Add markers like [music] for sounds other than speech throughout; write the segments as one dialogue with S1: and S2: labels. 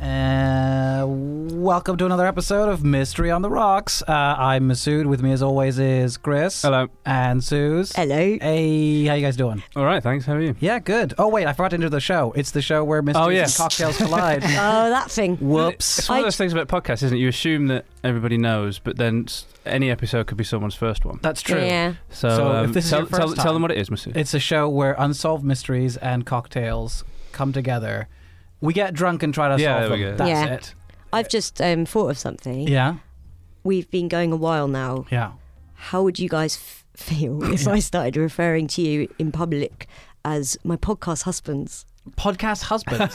S1: Uh, welcome to another episode of Mystery on the Rocks. Uh, I'm Masood. With me, as always, is Chris.
S2: Hello.
S1: And Suze.
S3: Hello.
S1: Hey, how you guys doing?
S2: All right, thanks. How are you?
S1: Yeah, good. Oh wait, I forgot to enter the show. It's the show where mysteries
S2: Oh, yeah.
S1: and cocktails collide.
S3: [laughs] Oh, that thing.
S1: Whoops.
S2: It's one
S3: I-
S2: of those things about podcasts, isn't it? You assume that everybody knows, but then s- any episode could be someone's first one.
S1: That's true.
S3: Yeah.
S2: So,
S1: So
S2: um,
S1: if this is
S2: tell,
S1: your first
S2: tell, tell
S1: time-
S2: them what it is, Masood.
S1: It's a show where unsolved mysteries and cocktails come together. We get drunk and try to solve
S2: Yeah, there we
S1: them.
S2: go.
S1: That's
S3: Yeah.
S1: it.
S3: I've just um, thought of something.
S1: Yeah.
S3: We've been going a while now.
S1: Yeah.
S3: How would you guys f- feel [laughs] if I started referring to you in public as my podcast husbands?
S1: Podcast husbands.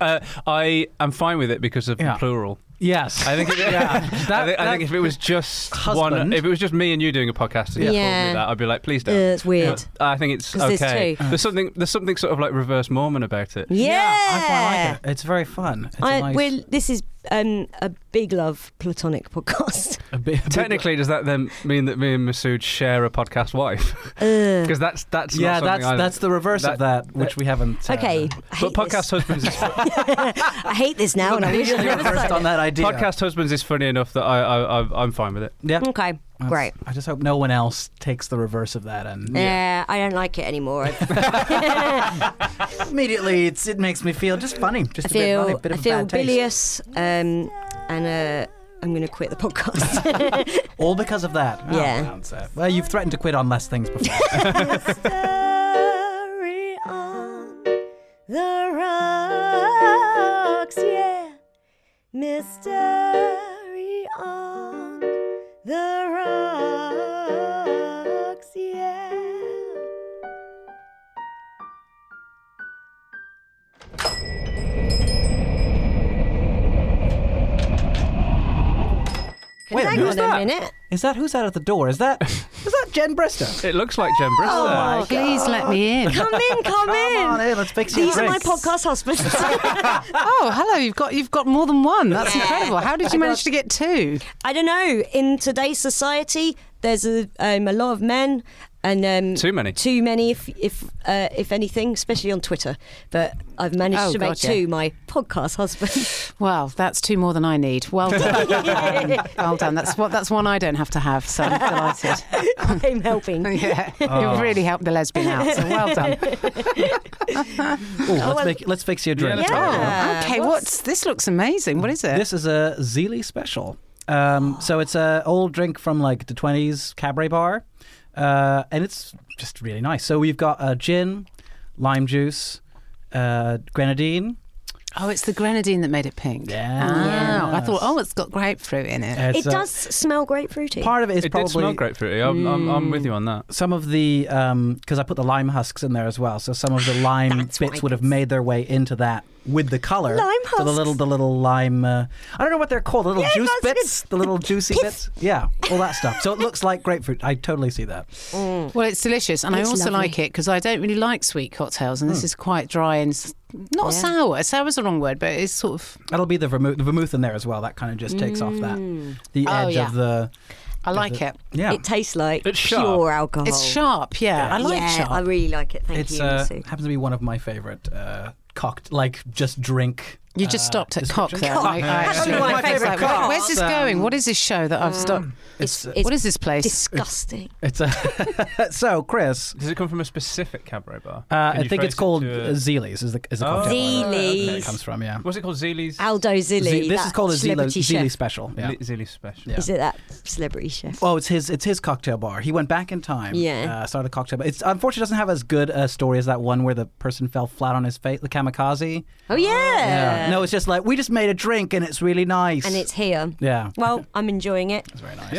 S2: uh, I am fine with it because of
S1: Yeah.
S2: the plural.
S1: [laughs] yes.
S2: I think, it,
S1: Yeah. That-
S2: I, think, I
S1: that-
S2: think if it was just one,
S1: Husband.
S2: if it was just me and you doing a podcast, and you
S3: Yeah.
S2: called me that, I'd be like, please don't.
S3: Uh, it's weird.
S2: But I think it's
S3: 'Cause there's
S2: okay.
S3: two.
S2: There's something, there's something sort of like reverse Mormon about it.
S3: Yeah.
S1: I quite like it. It's very fun. It's a
S3: I-
S1: nice-
S3: we're- this is um, a big love
S1: [laughs]
S3: platonic podcast.
S1: a bit- a bit-
S2: Technically, does that then mean that me and Masood share a podcast wife? [laughs]
S3: Ugh.
S2: Because that's that's
S1: yeah,
S2: not something
S1: that's
S2: I-
S1: that's the reverse of that, which we haven't. uh,
S3: okay. I
S2: But
S3: hate
S2: podcast husbands
S3: [laughs]
S2: is
S3: this. I hate this now, and I wish I'd
S1: You're
S3: never
S1: reversed on
S3: started.
S1: that idea.
S2: Podcast Husbands is funny enough that I, I, I I'm fine with it.
S1: Yeah.
S3: Okay,
S1: That's-
S3: great.
S1: I just hope no one else takes the reverse of that and
S3: Yeah, I don't like
S1: [laughs]
S3: it anymore. I
S1: immediately it's, it makes me feel just funny, just
S3: I
S1: a bit
S3: feel
S1: funny, bit
S3: I
S1: of
S3: feel
S1: bad taste.
S3: bilious, um, and uh, I'm going to quit the podcast. [laughs]
S1: All because of that. Oh,
S3: Yeah.
S1: well, it's, uh, well, you've threatened to quit on less things
S3: [laughs]
S1: before.
S3: Mystery on the rocks, yeah. Mystery on the rocks, yeah.
S1: Wait,
S3: Hang
S1: who's
S3: on
S1: that?
S3: a minute.
S1: Is that who's out at the door? Is that is that Jen Bristow?
S2: It looks like Jen Bristow.
S3: Oh my
S4: Please let me in.
S3: Come in, [laughs] come, in.
S1: Come on in, let's fix your
S3: These are my
S1: drinks.
S3: podcast husbands. [laughs]
S4: Oh, hello! You've got you've got more than one. That's incredible. How did you manage to get two?
S3: I don't know. In today's society, there's a, um, a lot of men and um,
S2: Too many.
S3: Too many, if if uh, if anything, especially on Twitter. But I've managed
S4: Oh,
S3: to
S4: God, yeah.
S3: make two my podcast husbands.
S4: Well, that's two more than I need. Well [laughs] done. Um, well done. That's what that's one I don't have to have. So I'm delighted.
S3: [laughs] I'm helping.
S4: [laughs] Yeah,
S1: Oh.
S4: you really helped the lesbian out. So well [laughs] done.
S1: Ooh, let's, make, let's fix your drink.
S2: let's go.
S3: Yeah.
S4: Oh, okay, what's, this? Looks amazing. What
S3: Eh.
S4: is it?
S1: This is a Zeely special. Um, so it's a old drink from like the twenties cabaret bar, uh, and it's just really nice. So we've got uh, gin, lime juice, uh, grenadine.
S4: oh, it's the grenadine that made it pink.
S1: Yeah.
S4: Wow. I
S1: Yes.
S4: thought, oh, it's got grapefruit in it.
S1: It's,
S3: It
S1: uh,
S3: does smell grapefruity.
S1: Part of it is
S2: It did
S1: probably
S2: smell grapefruity. I'm, I'm, I'm
S3: Mm.
S2: with you on that.
S1: some of the because I put the lime husks in there as well. So some of the lime
S3: That's
S1: bits
S3: why
S1: would have made their way into that with the color.
S3: Lime
S1: So the
S3: husks.
S1: little the little lime. Uh, I don't know what they're called. The little
S3: Yeah,
S1: juice
S3: that's good.
S1: bits. The little juicy bits. Yeah, all that stuff. So it looks like grapefruit. I totally see that.
S4: Well, it's delicious, and
S3: It's
S4: I also
S3: lovely.
S4: like it because I don't really like sweet cocktails, and this
S1: Hmm.
S4: is quite dry and s- not sour. Sour's the wrong word, but it's sort of.
S1: That'll be the vermouth, the vermouth in there as well. That kind of just takes off that the
S4: Oh,
S1: edge
S4: yeah.
S1: of the
S4: I like it.
S1: yeah.
S3: Mm. It tastes like
S2: It's
S3: pure
S2: sharp.
S3: alcohol.
S4: It's sharp, yeah. I like
S3: yeah,
S4: sharp.
S3: I really like it. Thank
S1: it's
S3: you.
S1: uh,
S3: Lucy.
S1: happens to be one of my favorite uh, cocked like just drink. uh,
S4: You just stopped at cock there.
S3: Cock.
S4: I- I actually-
S1: One of my
S4: I was
S1: favourite
S4: like, where-
S1: cocks.
S4: Where's this
S1: Um,
S4: going? What is this show that I've stopped?
S3: it's,
S4: what is this place?
S3: disgusting.
S1: It's a [laughs] so Chris.
S2: Does it come from a specific cabaret bar?
S1: Uh,
S2: Can
S1: I
S2: you
S1: think
S2: trace
S1: it's called
S2: it to a-
S1: Zeelies. Is the is the
S2: Oh,
S1: cocktail bar that
S3: Zeelies.
S1: it comes from? Yeah.
S2: What's it called? Zeely's.
S3: Aldo Zilli.
S1: Ze- this
S3: that
S1: is called a Zeelo-
S3: celebrity chef.
S1: Zeely special. Yeah.
S2: Le- Zeely's special.
S1: Yeah.
S3: Is it that celebrity chef?
S1: Oh, it's his it's his cocktail bar. He went back in time.
S3: Yeah.
S1: Uh, started a cocktail bar. It's unfortunately doesn't have as good a story as that one where the person fell flat on his face, the Kamikaze.
S3: Oh yeah.
S1: No, it's just like we just made a drink and it's really nice.
S3: And it's here.
S1: yeah.
S3: Well, I'm enjoying it.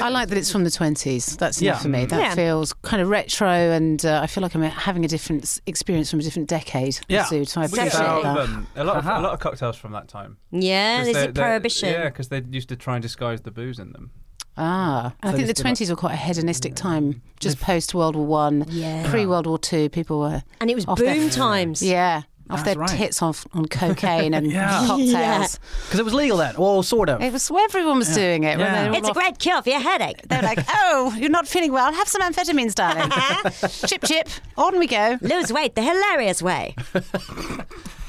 S4: I like that it's from the 20s. That's enough
S1: Yeah.
S4: for me. That
S3: Yeah.
S4: feels kind of retro, and uh, I feel like I'm having a different s- experience from a different decade.
S1: Yeah.
S4: Masood, so
S2: We
S4: I appreciate
S3: Definitely.
S2: found
S4: that.
S2: them. A lot, of, a lot of cocktails from that time.
S3: Yeah,
S2: 'Cause
S3: there's
S2: they-
S3: a
S2: they-
S3: prohibition.
S2: Yeah, because they used to try and disguise the booze in them.
S4: Ah, and I think the 20s were quite a hedonistic time, just post World War One,
S3: Yeah.
S4: pre World War Two. People were
S3: And it was
S4: Off
S3: boom
S4: their-
S3: times.
S4: yeah. Off
S1: That's
S4: their
S1: right.
S4: tits off on cocaine
S1: [laughs]
S4: and
S1: Yeah.
S4: cocktails.
S1: Because it was legal then. Well, sort of.
S4: It was everyone was doing it.
S1: Yeah.
S4: Yeah.
S3: It's a great cure for your
S4: [laughs]
S3: headache.
S4: They're like, oh, you're not feeling well. Have some amphetamines, [laughs] darling. chip, chip. On we go.
S3: Lose weight the hilarious way.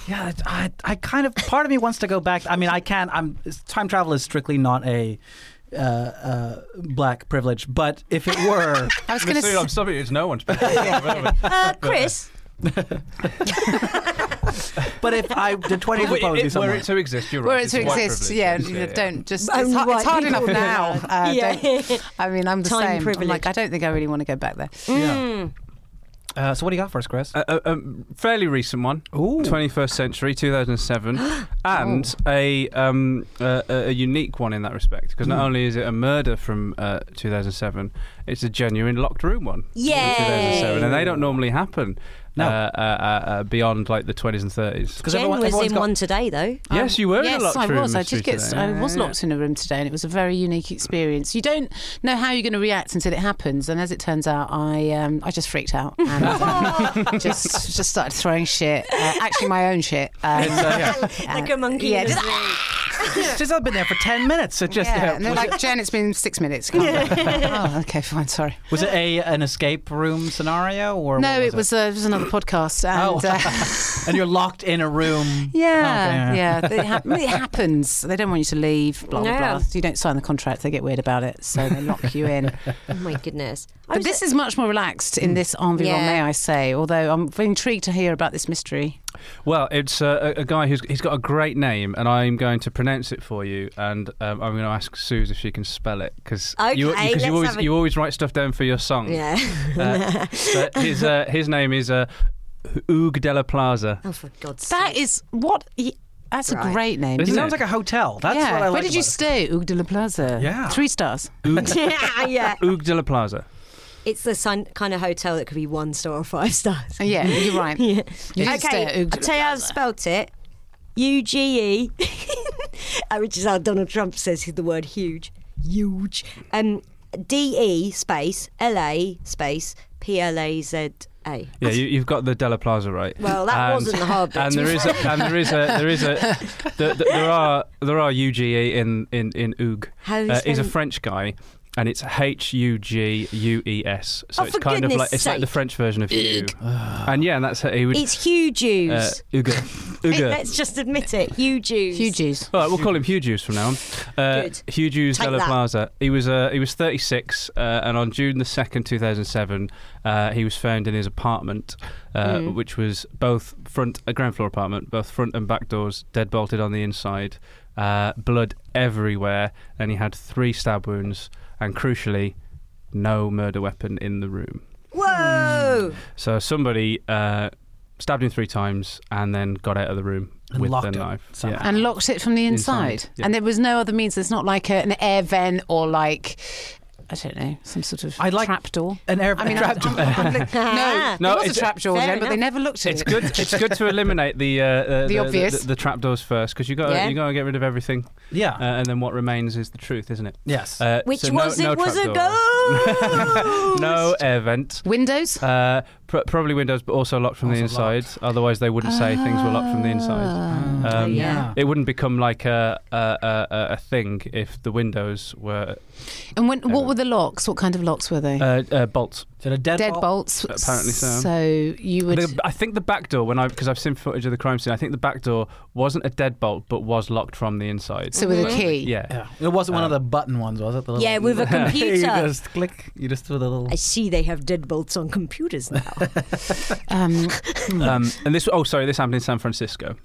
S1: Yeah, it- I, I kind of part of me wants to go back. I mean, I can't. I'm time travel is strictly not a uh, uh, black privilege, but if it
S4: [laughs]
S1: were,
S4: I was going
S2: Masood,
S4: to.
S2: I'm sorry, it's no one's.
S3: [laughs] Uh, Chris,
S1: but if I the twenties would probably be
S2: Were
S1: somewhere.
S2: it to exist, you're right.
S4: Were it
S2: it's
S4: to
S2: white
S4: exist,
S2: privilege,
S4: yeah,
S2: yes,
S4: you don't just.
S3: Only
S4: It's hard, it's
S3: white
S4: hard enough
S3: people.
S4: now. Uh,
S3: Yeah.
S4: don't- I mean, I'm the
S3: Time
S4: same. I'm
S3: privilege.
S4: like, I don't think I really want to go back there. Hmm.
S1: Yeah. Uh, so what do you got for us, Chris?
S2: A, a, a fairly recent one,
S1: Ooh.
S2: 21st century,
S4: [gasps]
S2: 2007, and
S4: Oh.
S2: a, um, a a unique one in that respect because
S4: Hmm.
S2: not only is it a murder from uh, 2007, it's a genuine locked room one. from
S3: Yay.
S2: 2007, and they don't normally happen
S1: No.
S2: uh, uh, uh, uh, beyond like the 20s and 30s.
S1: Because
S3: Jen was in
S1: got, [laughs]
S3: one today though.
S2: Yes, you were in
S4: yes,
S2: a locked
S4: I
S2: room.
S4: was. I
S2: Mr.
S4: did get.
S2: Today.
S4: I was locked in a room today, and it was a very unique experience. You don't know how you're going to react until it happens, and as it turns out, I um, I just freaked out and [laughs] um, just just started throwing shit. Uh, actually, my own shit. Um,
S3: [laughs] [laughs] like a monkey.
S4: yeah,
S3: in a
S4: just-
S3: zoo.
S1: She's been there for ten minutes. It just
S4: [laughs] yeah,
S1: yeah,
S4: and they're
S1: was,
S4: like, Jen, it's been six minutes. Calm down." [laughs] oh, okay, fine, sorry.
S1: it, was it a an escape room scenario or
S4: No,
S1: what
S4: it was, uh, it was another podcast,
S1: Oh.
S4: and [laughs] uh,
S1: and you're locked in a room.
S4: [laughs] Yeah,
S1: Okay.
S4: yeah. It, hap- it happens. They don't want you to leave. Blah blah
S3: Yeah.
S4: blah. You don't sign the contract. They get weird about it, so they lock you [laughs] in.
S3: Oh my goodness. I
S4: But
S3: was [laughs]
S4: this is much more relaxed in this environment,
S3: Yeah.
S4: may I say? Although I'm intrigued to hear about this mystery.
S2: Well, it's uh, a, a guy who's he's got a great name, and I'm going to pronounce it for you, and um, I'm going to ask Suze if she can spell it because you,
S3: Okay,
S2: 'cause you
S3: let's
S2: always
S3: have a-
S2: you always write stuff down for your song.
S3: yeah.
S2: Uh,
S3: [laughs]
S2: so his uh, his name is uh, Hugues de la Plaza.
S3: Oh, for God's sake.
S4: That is what. He, that's
S3: Right.
S4: a great name.
S1: It
S2: Isn't
S1: sounds
S2: it?
S1: like a hotel. That's
S4: Hmm. yeah.
S1: what I like.
S4: Where did you
S1: about it.
S4: stay? Oug de la Plaza.
S1: Yeah.
S4: Three stars.
S3: [laughs] yeah, yeah.
S2: Hugues de la Plaza.
S3: It's the sun- kind of hotel that could be one star or five stars.
S4: [laughs] Yeah, you're right.
S3: Yeah.
S4: You did stay at
S3: Okay, I'll
S4: Oug de la
S3: tell you how I've
S4: Plaza.
S3: spelt it. U G E, [laughs] uh, which is how Donald Trump says the word huge. Huge. Um, D E space L A space P L A Z A.
S2: Yeah, you, you've got the Della Plaza right.
S3: Well, that wasn't the hard bit,
S2: And
S3: to
S2: there
S3: be
S2: is, a, and there is a, there is a,
S3: [laughs]
S2: the, the, there are there are UGE in in in Oug.
S3: How do you
S2: Uh, he's a
S3: spell-
S2: French guy, and it's H U G U E S. So
S3: Oh,
S2: it's
S3: for
S2: kind of
S3: goodness
S2: like it's like the
S3: sake.
S2: French version of you. and yeah, and that's how he would.
S3: It's huge
S2: uh,
S3: Jews.
S2: Uga.
S3: [laughs]
S2: Uga.
S3: Let's just admit it. Huge Jews.
S4: Hugh Jews.
S2: All right, we'll call him Hugh Hughes from now on. Uh,
S3: Good.
S2: Hugh Hughes
S3: Take
S2: Della
S3: that.
S2: Plaza. He was uh, he was 36, uh, and on June the second, 2007, uh, he was found in his apartment, uh,
S3: Mm.
S2: which was both front a ground floor apartment, both front and back doors deadbolted on the inside, uh, blood everywhere, and he had three stab wounds, and crucially, no murder weapon in the room.
S3: Whoa!
S2: So somebody uh, stabbed him three times and then got out of the room
S1: And
S2: with
S1: locked
S2: the
S1: it
S2: knife.
S1: somehow.
S4: and locked it from the inside.
S2: Inside, yeah.
S4: And there was no other means. There's not like a, an air vent or like I don't know some sort of
S1: I like-
S4: trapdoor.
S1: An air
S4: I mean,
S1: trap
S4: I, I'm, I'm, [laughs]
S3: Ah.
S2: [laughs] No,
S4: no, no, there was
S2: it's-
S4: a trapdoor,
S3: Fair
S4: there, but they
S3: enough.
S4: never looked
S3: [laughs]
S4: at
S2: It's
S4: it.
S2: good. It's good to eliminate the uh, uh, the,
S4: obvious.
S2: the, the trapdoors first because you got
S3: Yeah.
S2: to you got to get rid of everything,
S1: [laughs] Yeah.
S2: uh, and then what remains is the truth, isn't it?
S1: yes.
S2: Uh,
S3: Which
S2: so no-
S3: was
S2: no
S3: it was a
S2: trapdoor. [laughs]
S3: ghost.
S2: No event.
S4: Windows.
S2: Uh, pr- probably windows, but also locked from
S1: Also
S2: the inside.
S1: locked.
S2: Otherwise, they wouldn't say things were locked from the inside. Um,
S1: Ah.
S3: Oh, yeah.
S2: It wouldn't become like a a, a a- a thing if the windows were
S4: and when, what were the locks? What kind of locks were they?
S2: uh, uh, bolts.
S1: Did a dead,
S4: Dead
S1: bolt-
S4: bolts.
S2: apparently so.
S4: So you would.
S2: The- I think the back door when I because I've seen footage of the crime scene. I think the back door wasn't a deadbolt, but was locked from the inside.
S4: so with a key.
S2: yeah.
S1: Yeah. It wasn't one of the button ones, was it? The
S3: Yeah,
S1: little-
S3: with
S1: [laughs]
S3: a computer.
S1: you just click. You just do the little.
S3: I see they have deadbolts on
S2: [laughs]
S3: computers now.
S4: Um,
S2: um, and this oh sorry this happened in San Francisco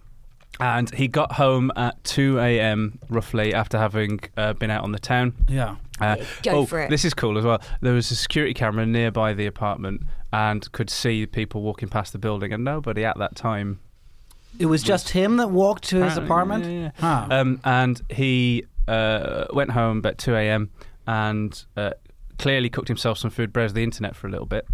S2: and he got home at 2 a.m roughly after having uh, been out on the town
S1: [laughs] Yeah.
S2: uh,
S3: Go
S2: oh,
S3: for it.
S2: this is cool as well there was a security camera nearby the apartment and could see people walking past the building and nobody at that time
S1: It was just him that walked to his
S2: Apparently,
S1: apartment.
S2: yeah,
S1: Huh.
S2: yeah. Um, and he uh, went home about 2 a.m. and uh, clearly cooked himself some food, browsed the internet for a little bit.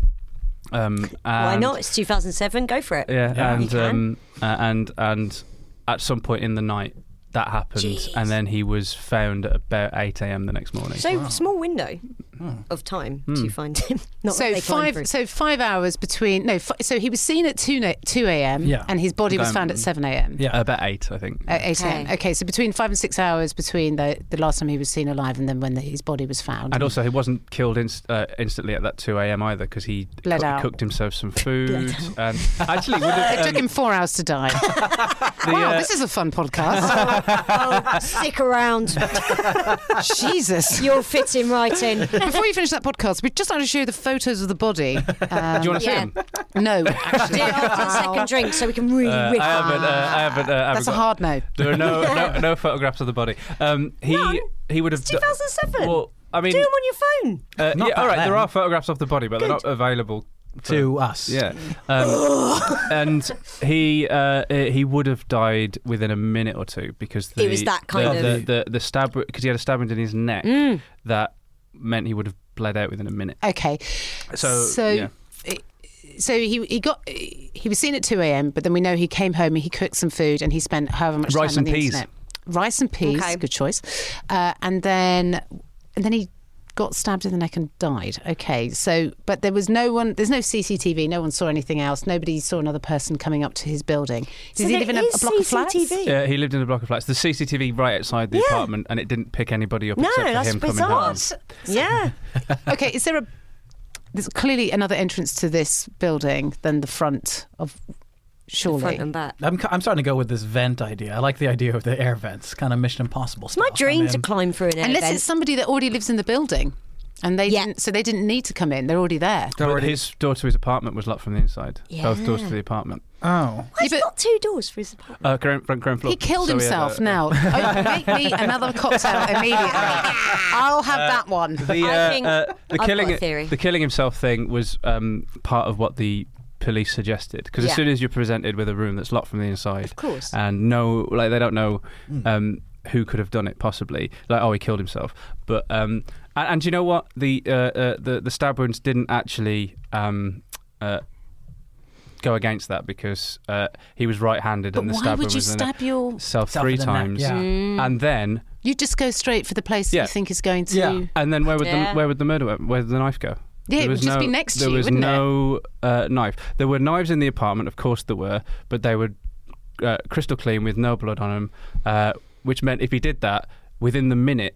S2: Um, and,
S3: Why not? It's 2007. Go for it.
S2: Yeah,
S1: Yeah.
S3: You
S2: and
S3: can.
S2: um, uh, and and at some point in the night that happened,
S3: Jeez.
S2: and then he was found at about 8 a.m. the next morning.
S3: So small window
S2: Hmm.
S3: of time to find him. [laughs] Not that
S4: So
S3: they climb through.
S4: five, so five hours between. No, f- so he was seen at two no, two a.m.
S1: Yeah.
S4: and his body was
S2: Going-
S4: found at seven a.m.
S1: Yeah.
S2: Uh, about eight, I think.
S4: At eight a.m.
S3: Okay.
S4: Okay, so between five and six hours between the the last time he was seen alive and then when the, his body was found.
S2: and also, he wasn't killed inst- uh, instantly at that 2 a.m. either because he
S4: [laughs] Bled out.
S2: cooked himself some food. and actually, would
S4: [laughs] it
S2: have,
S4: took him four hours to
S2: [laughs]
S4: die.
S2: um, the,
S4: wow,
S2: uh,
S4: this is a fun podcast.
S3: [laughs]
S2: [laughs]
S3: oh, stick around.
S4: Jesus.
S3: You'll fit him right in.
S4: Before you finish that podcast, we'd just like to show you the photos of
S2: [laughs]
S4: the body. Um,
S2: do you want to see
S3: [laughs] Yeah.
S2: him?
S4: no,
S3: Do
S4: actually.
S3: it after the second drink so we can really
S2: Uh,
S3: rip
S2: I haven't. Uh, I haven't. Uh, I haven't
S4: That's a
S2: got-
S4: hard no.
S2: There are
S3: [laughs]
S2: no no, no photographs of the body. Um, he
S3: None?
S2: he would have.
S3: It's 2007.
S2: Well, I mean,
S3: Do him on your phone.
S2: uh,
S1: Not
S2: yeah,
S1: back
S2: all right.
S1: then.
S2: There are photographs of the body, but they're not available
S1: to us.
S2: Yeah,
S3: [laughs]
S2: um, and he uh, he would have died within a minute or two because the,
S3: It was that kind Mm.
S2: the,
S1: of-
S2: the, the, the stab because he had a stab wound in his neck that meant he would have bled out within a minute.
S4: Okay.
S2: So,
S4: so,
S2: yeah.
S4: it- so he he got he was seen at two a.m. But then we know he came home and he cooked some food and he spent however much
S2: Rice
S4: time
S2: and
S4: on the
S2: peas.
S4: internet. Rice and peas,
S3: Okay.
S4: good choice. Uh, and then and then he got stabbed in the neck and died. Okay, so but there was no one. There's no CCTV. No one saw anything else. Nobody saw another person coming up to his building.
S3: So
S4: Does he
S3: there
S4: live in a,
S3: is
S4: a block of flats?
S3: CCTV.
S2: Yeah, Uh, he lived in a block of flats. The CCTV right outside the apartment, and it didn't pick anybody up
S3: No,
S2: except for
S3: that's
S2: him coming home.
S3: bizarre. Yeah.
S4: [laughs] okay, is there a? There's clearly another entrance to this building than the front of. Surely,
S3: Front and back.
S1: I'm, I'm starting to go with this vent idea. I like the idea of the air vents, kind of Mission Impossible
S3: It's my
S1: stuff.
S3: dream
S1: I
S3: to
S1: mean,
S3: climb through an air
S4: Unless
S3: vent.
S4: it's somebody that already lives in the building, and they
S3: Yeah.
S4: didn't, so they didn't need to come in; they're already there.
S2: But his door to his apartment was locked from the inside. Both doors to the apartment.
S1: Oh,
S3: Why has
S4: Yeah,
S3: he
S4: but-
S3: got two doors for his apartment?
S2: Uh, ground, front ground floor.
S4: He killed
S2: So had,
S4: himself.
S2: uh, [laughs]
S4: now, oh, make me another cocktail immediately. I'll have that one.
S2: the,
S3: I
S2: uh,
S3: think-
S2: uh, the
S3: I've
S2: killing
S3: got a theory.
S2: the killing himself thing was um, part of what the police suggested because as
S3: Yeah.
S2: soon as you're presented with a room that's locked from the inside of
S3: course.
S2: and no like they don't know
S1: Hmm.
S2: um, who could have done it possibly like oh he killed himself but um, and, and do you know what the uh, uh, the the stab wounds didn't actually um, uh, go against that because uh, he was right-handed
S4: But
S2: and the
S4: why
S2: stab wound
S4: would you
S2: was in
S4: stab your?
S2: self
S1: Stab
S2: three
S1: in the neck,
S2: times
S1: yeah.
S3: Mm.
S2: and then
S4: You just go straight for the place
S2: Yeah.
S4: that you think is going to.
S1: Yeah.
S2: and then where would
S3: Yeah.
S2: the where would the murder where would the knife go?
S4: Yeah, it
S2: There
S4: would
S2: was
S4: just be next to
S2: There
S4: you,
S2: was
S4: wouldn't it?
S2: no uh, knife. There were knives in the apartment, of course there were, but they were uh, crystal clean with no blood on them, uh, which meant if he did that within the minute.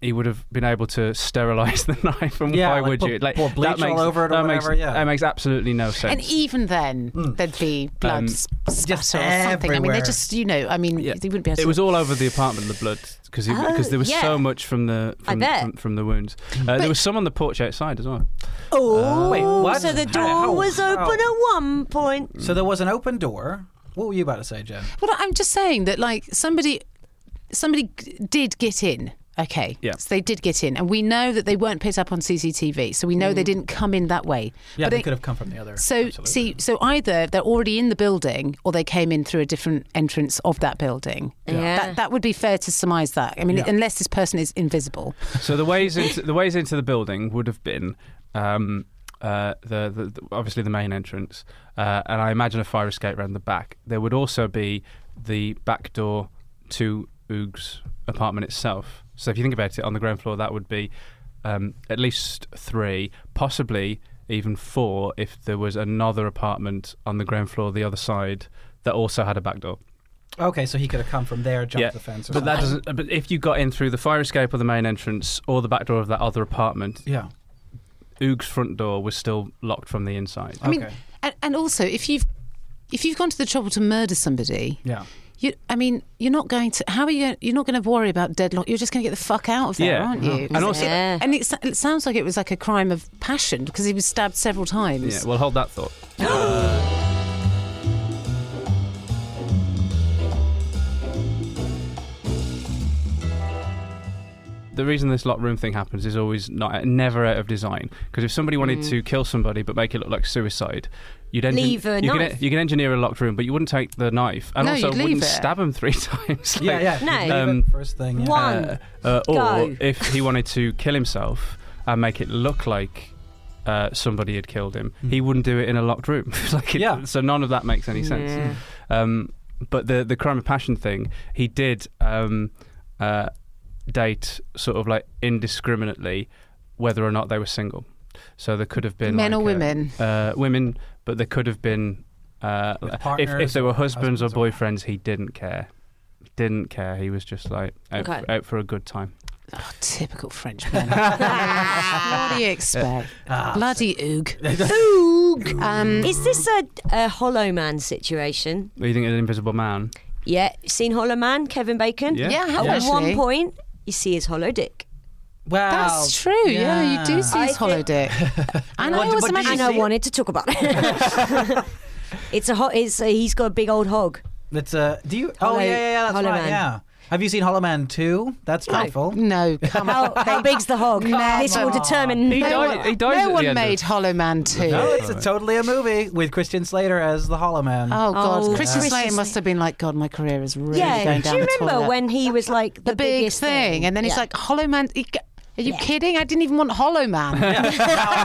S2: He would have been able to sterilize [laughs] the knife, and
S1: Yeah,
S2: why
S1: like
S2: would
S1: put-
S2: you? Like
S1: pour bleach
S2: that makes,
S1: all over it or
S2: that makes-
S1: whatever, yeah.
S2: that makes absolutely no sense.
S4: And even then, there'd be blood
S2: Um,
S4: s- spatter or
S1: just
S4: something. I mean,
S1: everywhere.
S4: they're just, you know, I mean,
S2: Yeah.
S4: they wouldn't be able
S2: It
S4: to.
S2: was all over the apartment, the blood, because
S3: Oh,
S2: because there was
S3: yeah.
S2: so much from the
S3: I
S2: from,
S3: bet.
S2: from, from the wounds. Uh, there was some on the porch outside as well.
S3: Oh,
S1: Wait, what?
S3: so the door
S1: How?
S3: was open
S1: How?
S3: at one point.
S1: so there was an open door. What were you about to say, Jen?
S4: Well, I'm just saying that like somebody, somebody g- did get in. Okay.
S2: Yeah.
S4: So they did get in, and we know that they weren't picked up on CCTV, so we know they didn't come in that way.
S1: Mm. Yeah,
S4: But
S1: they
S4: it-
S1: could have come from the other.
S4: So see, so either they're already in the building, or they came in through a different entrance of that building.
S3: Yeah.
S4: That, that would be fair to surmise that. I mean,
S1: Yeah.
S4: unless this person is invisible.
S2: So the ways into the ways into the building would have been um, uh, the, the, the- obviously the main entrance, uh, and I imagine a fire escape round the back. There would also be the back door to Oog's apartment itself. So if you think about it, on the ground floor, that would be um, at least three, possibly even four, if there was another apartment on the ground floor the other side that also had a back door.
S1: okay, so he could have come from there, jumped the fence, or
S2: but that
S1: something.
S2: doesn't. But if you got in through the fire escape or the main entrance or the back door of that other apartment,
S1: Yeah.
S2: Oog's front door was still locked from the inside.
S4: I mean,
S1: Okay.
S4: and, and also if you've if you've gone to the trouble to murder somebody,
S1: Yeah.
S4: You, I mean, you're not going to. How are you? You're not going to worry about deadlock. You're just going to get the fuck out of there,
S2: Yeah.
S4: aren't you?
S2: And also-
S3: Yeah.
S4: and it, s- it sounds like it was like a crime of passion because he was stabbed several
S2: Yeah,
S4: times.
S2: well, hold that thought. [gasps] The reason this locked room thing happens
S4: Mm.
S2: is always not never out of design. Because if somebody wanted to kill somebody but make it look like suicide, You'd engin-
S3: Leave a
S2: you
S3: knife.
S2: Can, you can engineer a locked room, but you wouldn't take the knife, and
S4: No,
S2: also
S4: you'd leave
S2: wouldn't
S4: it.
S2: stab him three [laughs] times.
S1: Yeah,
S2: Like,
S1: yeah.
S3: No.
S1: leave
S2: Um,
S1: it first thing. Yeah.
S3: Why?
S2: uh, uh, or
S3: Go.
S2: if he wanted to kill himself and make it look like uh, somebody had killed him, he wouldn't do it in a locked room. [laughs] It's like it-
S1: Hmm. Yeah.
S2: So none of that makes any sense. Um, but the the crime of passion thing, he did um, uh, date sort of like indiscriminately, whether or not they were single. So there could have been
S4: Men
S2: like
S4: or
S2: a-
S4: women?
S2: uh, women, but there could have been uh,
S1: With
S2: if, if
S1: partners
S2: they were
S1: or
S2: husbands, or
S1: husbands
S2: boyfriends. He didn't care. Didn't care. He was just like out,
S3: Okay.
S2: for, out for a good time.
S4: Oh, typical
S2: [laughs]
S4: Frenchman. what do you expect?
S2: Ah.
S4: Bloody oog.
S2: [laughs]
S3: Oog.
S4: Um,
S3: Is this a, a Hollow Man situation?
S2: What, You think an invisible man?
S3: Yeah, seen Hollow Man, Kevin Bacon?
S2: Yeah.
S4: yeah, I have
S3: At one
S4: actually.
S3: point, you see his hollow dick.
S1: Wow.
S4: That's true. Yeah, you do see
S3: I
S4: his hollow
S3: think-
S4: dick. and I
S1: What-
S4: always
S1: what did you
S3: And
S4: imagine.
S3: I
S1: see it?
S3: wanted to talk about it. [laughs] it's a hot. It's a, he's got a big old hog.
S1: That's uh, do you? Oh
S3: Hollow-
S1: yeah, yeah, yeah. That's
S3: Hollow
S1: right.
S3: Man. Mm.
S1: Yeah. Have you seen Hollow Man two? That's dreadful.
S4: No,
S3: [laughs]
S4: come on.
S3: How, how big's the hog? this will
S4: on.
S3: determine.
S2: He
S4: No
S2: died-
S4: one,
S2: he dies at
S4: no
S2: the
S4: one
S2: end of-
S4: made Hollow Man 2.
S1: No, Oh, it's a, totally a movie with Christian Slater as the Hollow Man.
S4: Oh, God.
S3: Oh,
S4: Christian
S3: yeah.
S4: Slater must have been like, God, my career is really
S3: yeah.
S4: going
S3: Do
S4: down
S3: you
S4: the
S3: remember
S4: toilet.
S3: when he was like the,
S4: the big
S3: biggest
S4: thing. And then he's
S3: Yeah.
S4: like, Hollow Man. you g- Are you kidding? I didn't even want Hollow Man.
S3: [laughs]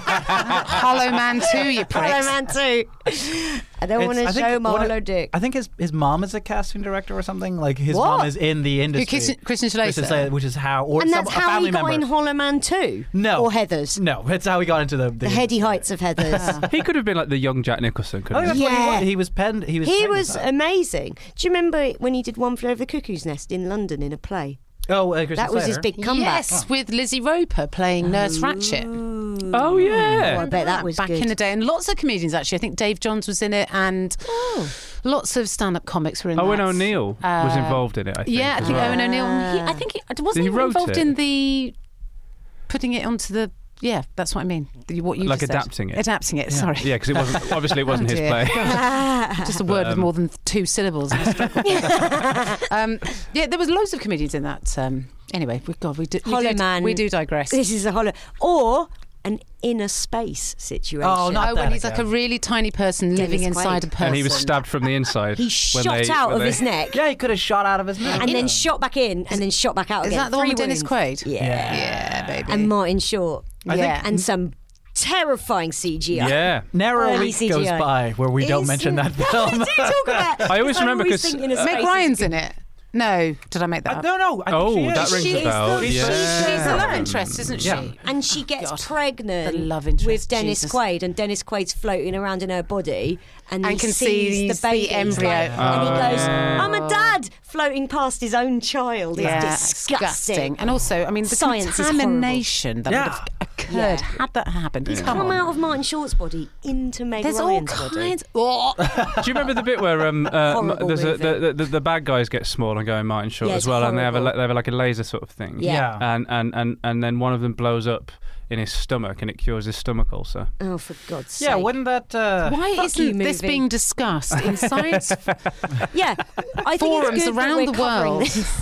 S4: Hollow Man 2, you pricks.
S3: Hollow Man too. [laughs] I don't want
S1: It's-
S3: to
S1: I think
S3: show my
S1: one of-
S3: hollow dick.
S1: I think his his mom is a casting director or something. Like his
S4: What?
S1: mom is in the industry.
S4: Christian- Christian Slater?
S1: which is how, or
S3: and
S1: some,
S3: that's
S1: a
S3: how
S1: family
S3: he got
S1: member.
S3: in Hollow Man too.
S1: no,
S3: Or Heather's.
S1: No, that's how he got into the the,
S3: The heady heights
S2: [laughs]
S3: of Heather's.
S2: He could have been like the young Jack
S1: I
S2: Nicholson.
S1: think
S2: Couldn't
S1: Oh, that's what he
S3: Yeah.
S1: was. He was penned. He was.
S3: He
S1: penned as
S3: was um,
S1: that.
S3: amazing. Do you remember when he did One Flew Over the Cuckoo's Nest in London in a play?
S1: oh, uh, Christian
S3: That was his
S1: Slater.
S3: big comeback.
S4: Yes, with Lizzie Roper playing Nurse Ratchet.
S2: he? Oh yeah.
S3: Oh, I bet that was
S4: back
S3: good.
S4: in the day, and lots of comedians actually. I think Dave Johns was in it, and
S3: Oh.
S4: lots of stand-up comics were in.
S2: Owen
S4: that.
S2: O'Neill
S3: Uh,
S2: was involved in it. I think,
S4: Yeah, I
S2: as
S4: think
S2: well.
S4: Owen O'Neill. He, I think he uh, wasn't
S2: He
S4: he
S2: wrote
S4: involved
S2: it.
S4: in the putting it onto the. Yeah, that's what I mean. The- What you
S2: Like
S4: just
S2: adapting
S4: said.
S2: it.
S4: Adapting it. Sorry.
S2: [laughs] Yeah, because it wasn't
S3: [laughs]
S2: obviously it wasn't his
S3: Oh,
S4: dear.
S2: play.
S4: [laughs] just a
S2: Um,
S4: word with more than two
S2: [laughs]
S4: syllables. I struggle with that. [laughs] um, yeah, there was loads of comedians in that. Um, anyway, we, God, we do. We
S3: Hollow
S4: do,
S3: Man.
S4: We do digress.
S3: This is a hollow. Or an inner space situation.
S1: Oh, not
S4: [laughs] Oh,
S1: that
S4: when he's
S1: again.
S4: like a really tiny person living
S3: Dennis
S4: inside a
S3: Quaid.
S4: person.
S2: and he was stabbed from the inside.
S3: He
S2: when
S3: shot
S2: they-
S3: out
S2: when
S3: of
S2: they-
S3: his neck.
S1: [laughs] Yeah, he could have shot out of his neck.
S3: And then shot back in, and then shot back out
S4: Is
S3: again.
S4: that the one
S3: Three
S4: with Dennis
S3: wounds.
S4: Quaid?
S3: Yeah.
S4: Yeah, baby.
S3: And Martin Short.
S4: I think- Yeah.
S3: And some terrifying CGI.
S2: [laughs] Yeah.
S1: Narrow
S3: Early
S1: week goes
S3: CGI.
S1: by where we don't
S3: Is-
S1: mention
S3: [laughs]
S1: that
S3: We
S1: film.
S3: do talk about.
S2: I always
S3: it's like
S2: remember
S3: always
S2: 'cause,
S3: thinking of
S2: uh,
S3: space
S4: Meg
S3: is
S4: Ryan's in it. No, did I make that
S1: Uh, [laughs]
S4: up?
S1: no, no. I think
S2: Oh,
S1: she
S2: that
S1: is.
S2: rings
S3: She
S2: a
S3: is
S2: bell.
S3: the-
S2: yeah.
S3: she's- she's the
S2: Um,
S3: love
S4: interest, isn't she?
S1: Yeah.
S3: and she gets
S4: Oh, God.
S3: pregnant
S4: The love
S3: with
S4: interest,
S3: Dennis
S4: Jesus.
S3: Quaid, and Dennis Quaid's floating around in her body, and,
S4: And
S3: he
S4: can see
S3: sees
S4: the
S3: the baby He's
S4: embryo.
S3: like- and he goes,
S2: Oh.
S3: "I'm a dad," floating past his own child.
S4: Yeah,
S3: it's disgusting.
S4: And also, I mean, the
S3: Science is horrible.
S4: contamination that would have
S1: Yeah.
S4: occurred
S3: Yeah.
S4: had that happened. Come
S3: Come
S4: on.
S3: out of Martin Short's body into Meg
S4: There's all
S3: Ryan's body.
S4: kinds. [laughs] Oh.
S2: Do you remember the bit where um, uh, m-
S3: Horrible
S2: there's a,
S3: movie.
S2: the, the- the the bad guys get small and go in Martin Short
S3: Yeah,
S2: as
S3: it's
S2: well, and they have a la-
S3: horrible.
S2: they have like a laser sort of thing.
S3: Yeah.
S1: Yeah.
S2: And, and and and then one of them blows up in his stomach and it cures his stomach ulcer.
S3: Oh, for God's
S1: yeah,
S3: sake!
S1: wouldn't that? Uh,
S4: Why
S3: Fuck
S4: isn't
S3: you,
S4: this
S3: movie.
S4: being discussed in science
S3: Yeah, I think
S4: forums
S3: it's good that
S4: around
S3: we're
S4: the
S3: covering
S4: world.
S3: this.
S4: [laughs]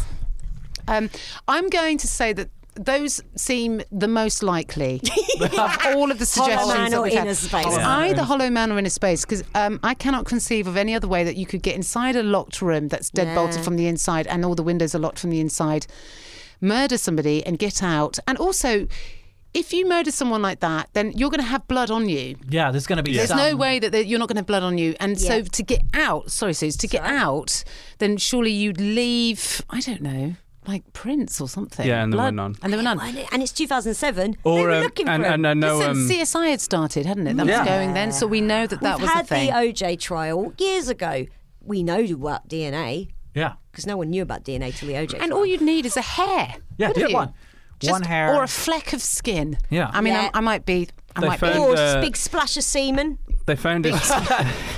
S4: Um, I'm going to say that those seem the most
S3: [laughs]
S4: likely of all of the
S3: Hollow
S4: suggestions
S3: Man
S4: that
S3: or
S4: we've had.
S3: Inner Space.
S4: It's
S3: Yeah.
S4: either Hollow Man or Inner Space because um, I cannot conceive of any other way that you could get inside a locked room that's deadbolted
S3: Yeah.
S4: from the inside and all the windows are locked from the inside, murder somebody and get out. And also, if you murder someone like that, then you're going to have blood on you.
S1: yeah, there's going to be.
S4: There's
S1: some-
S4: no way that they- you're not going to have blood on you. And so
S3: Yeah.
S4: to get out, sorry, Suze, to get out, then surely you'd leave, I don't know, like Prince or something.
S2: Yeah, and there were
S4: Blood-
S2: none.
S4: And there were none.
S3: And it's 2007. they
S2: Or
S3: were
S2: um,
S3: looking
S2: and,
S3: for him.
S2: and I know
S4: Listen,
S2: um,
S4: CSI had started, hadn't it? That
S1: Yeah.
S4: was going then. So we know that that
S3: We've
S4: was
S3: had
S4: a thing.
S3: the OJ trial years ago. We know about DNA
S1: Yeah.
S3: because no one knew about DNA till the OJ.
S4: and
S3: trial.
S4: all you'd need is a hair.
S1: Yeah,
S4: wouldn't
S1: just
S4: you?
S1: one.
S4: Just-
S1: One hair. [laughs]
S4: Or a fleck of skin.
S1: Yeah.
S4: I mean,
S3: Yeah.
S4: I, I might be. I
S2: They
S4: might
S2: found-
S4: be.
S3: or
S2: uh,
S3: big splash of semen.
S2: [laughs] they found it.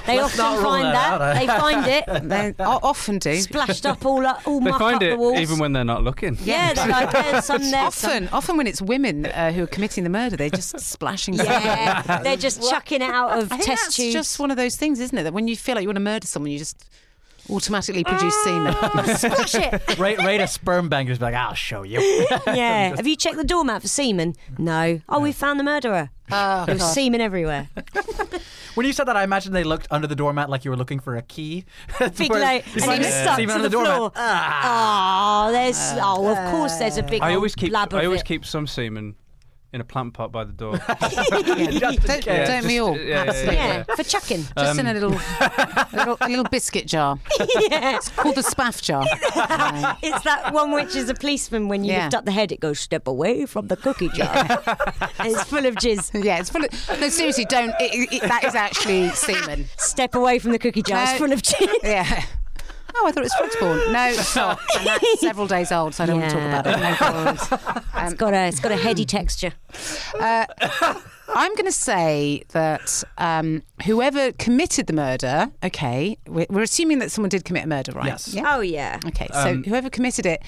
S3: They
S1: not
S3: often
S1: rule
S3: find
S1: that out,
S3: that.
S1: eh?
S3: They find
S2: [laughs]
S3: it
S4: They o- often do.
S3: splashed up all up, all
S2: They
S3: muck
S2: find
S3: up the
S2: it
S3: walls.
S2: even when they're not looking. [laughs]
S3: yeah, they're like there's some there.
S4: Often, often when it's women uh, who are committing the murder, they're just splashing.
S3: some-
S4: stuff.
S3: [laughs] yeah, they're just chucking it out of
S4: I think
S3: test
S4: that's
S3: tubes.
S4: just one of those things, isn't it? That when you feel like you want to murder someone, you just automatically produce
S3: Ah. [laughs] [laughs]
S4: semen.
S3: Splash
S4: [laughs]
S3: it.
S1: Rate, rate a sperm bank and just be like, I'll show
S3: [laughs]
S1: you. [laughs]
S3: Yeah. Have you checked the doormat for semen? No. Oh, we found the murderer.
S4: Oh, [laughs]
S3: There was semen everywhere.
S1: When you said that, I imagine they looked under the doormat like you were looking for a key. [laughs] That's
S3: Big
S1: where-
S3: like,
S1: you
S3: and
S1: find
S3: he was
S1: it.
S3: stuck
S1: It's even
S3: to
S1: under
S3: the,
S1: doormat.
S3: floor. Uh, Oh, there's. oh, of course, there's a big.
S2: Ah. I
S3: old
S2: always keep
S3: Blab of
S2: I always
S3: [laughs] it.
S2: keep some semen in a plant pot by the
S3: [laughs]
S2: door.
S4: Don't,
S2: Yeah,
S4: don't
S2: [laughs] just-
S4: we all?
S2: yeah, yeah, Um, yeah,
S4: Absolutely.
S3: Yeah,
S2: [laughs]
S3: for chucking.
S4: Just in a little, a little, a little biscuit jar
S3: [laughs] yeah.
S4: called the
S3: [laughs]
S4: spaff jar. Uh,
S3: It's that one which is a policeman when you
S4: Yeah.
S3: lift up the head, it goes step away from the cookie jar.
S4: [laughs]
S3: it's full of jizz.
S4: yeah, it's full of. No, seriously, don't. It, it, it- that is actually semen.
S3: Step away from the cookie jar.
S4: No.
S3: It's full of jizz.
S4: Uh, Yeah. Oh, I thought it was Foxborn.
S2: [laughs]
S4: No, it's not. And that's several days old, so I don't want to talk about it. No um,
S3: It's got a it's got a heady texture.
S4: uh, I'm going to say that um, whoever committed the murder, okay, we're, we're assuming that someone did commit a murder, right?
S1: Yes.
S4: Yeah?
S3: Oh yeah.
S4: Okay, so
S2: Um,
S4: whoever committed it,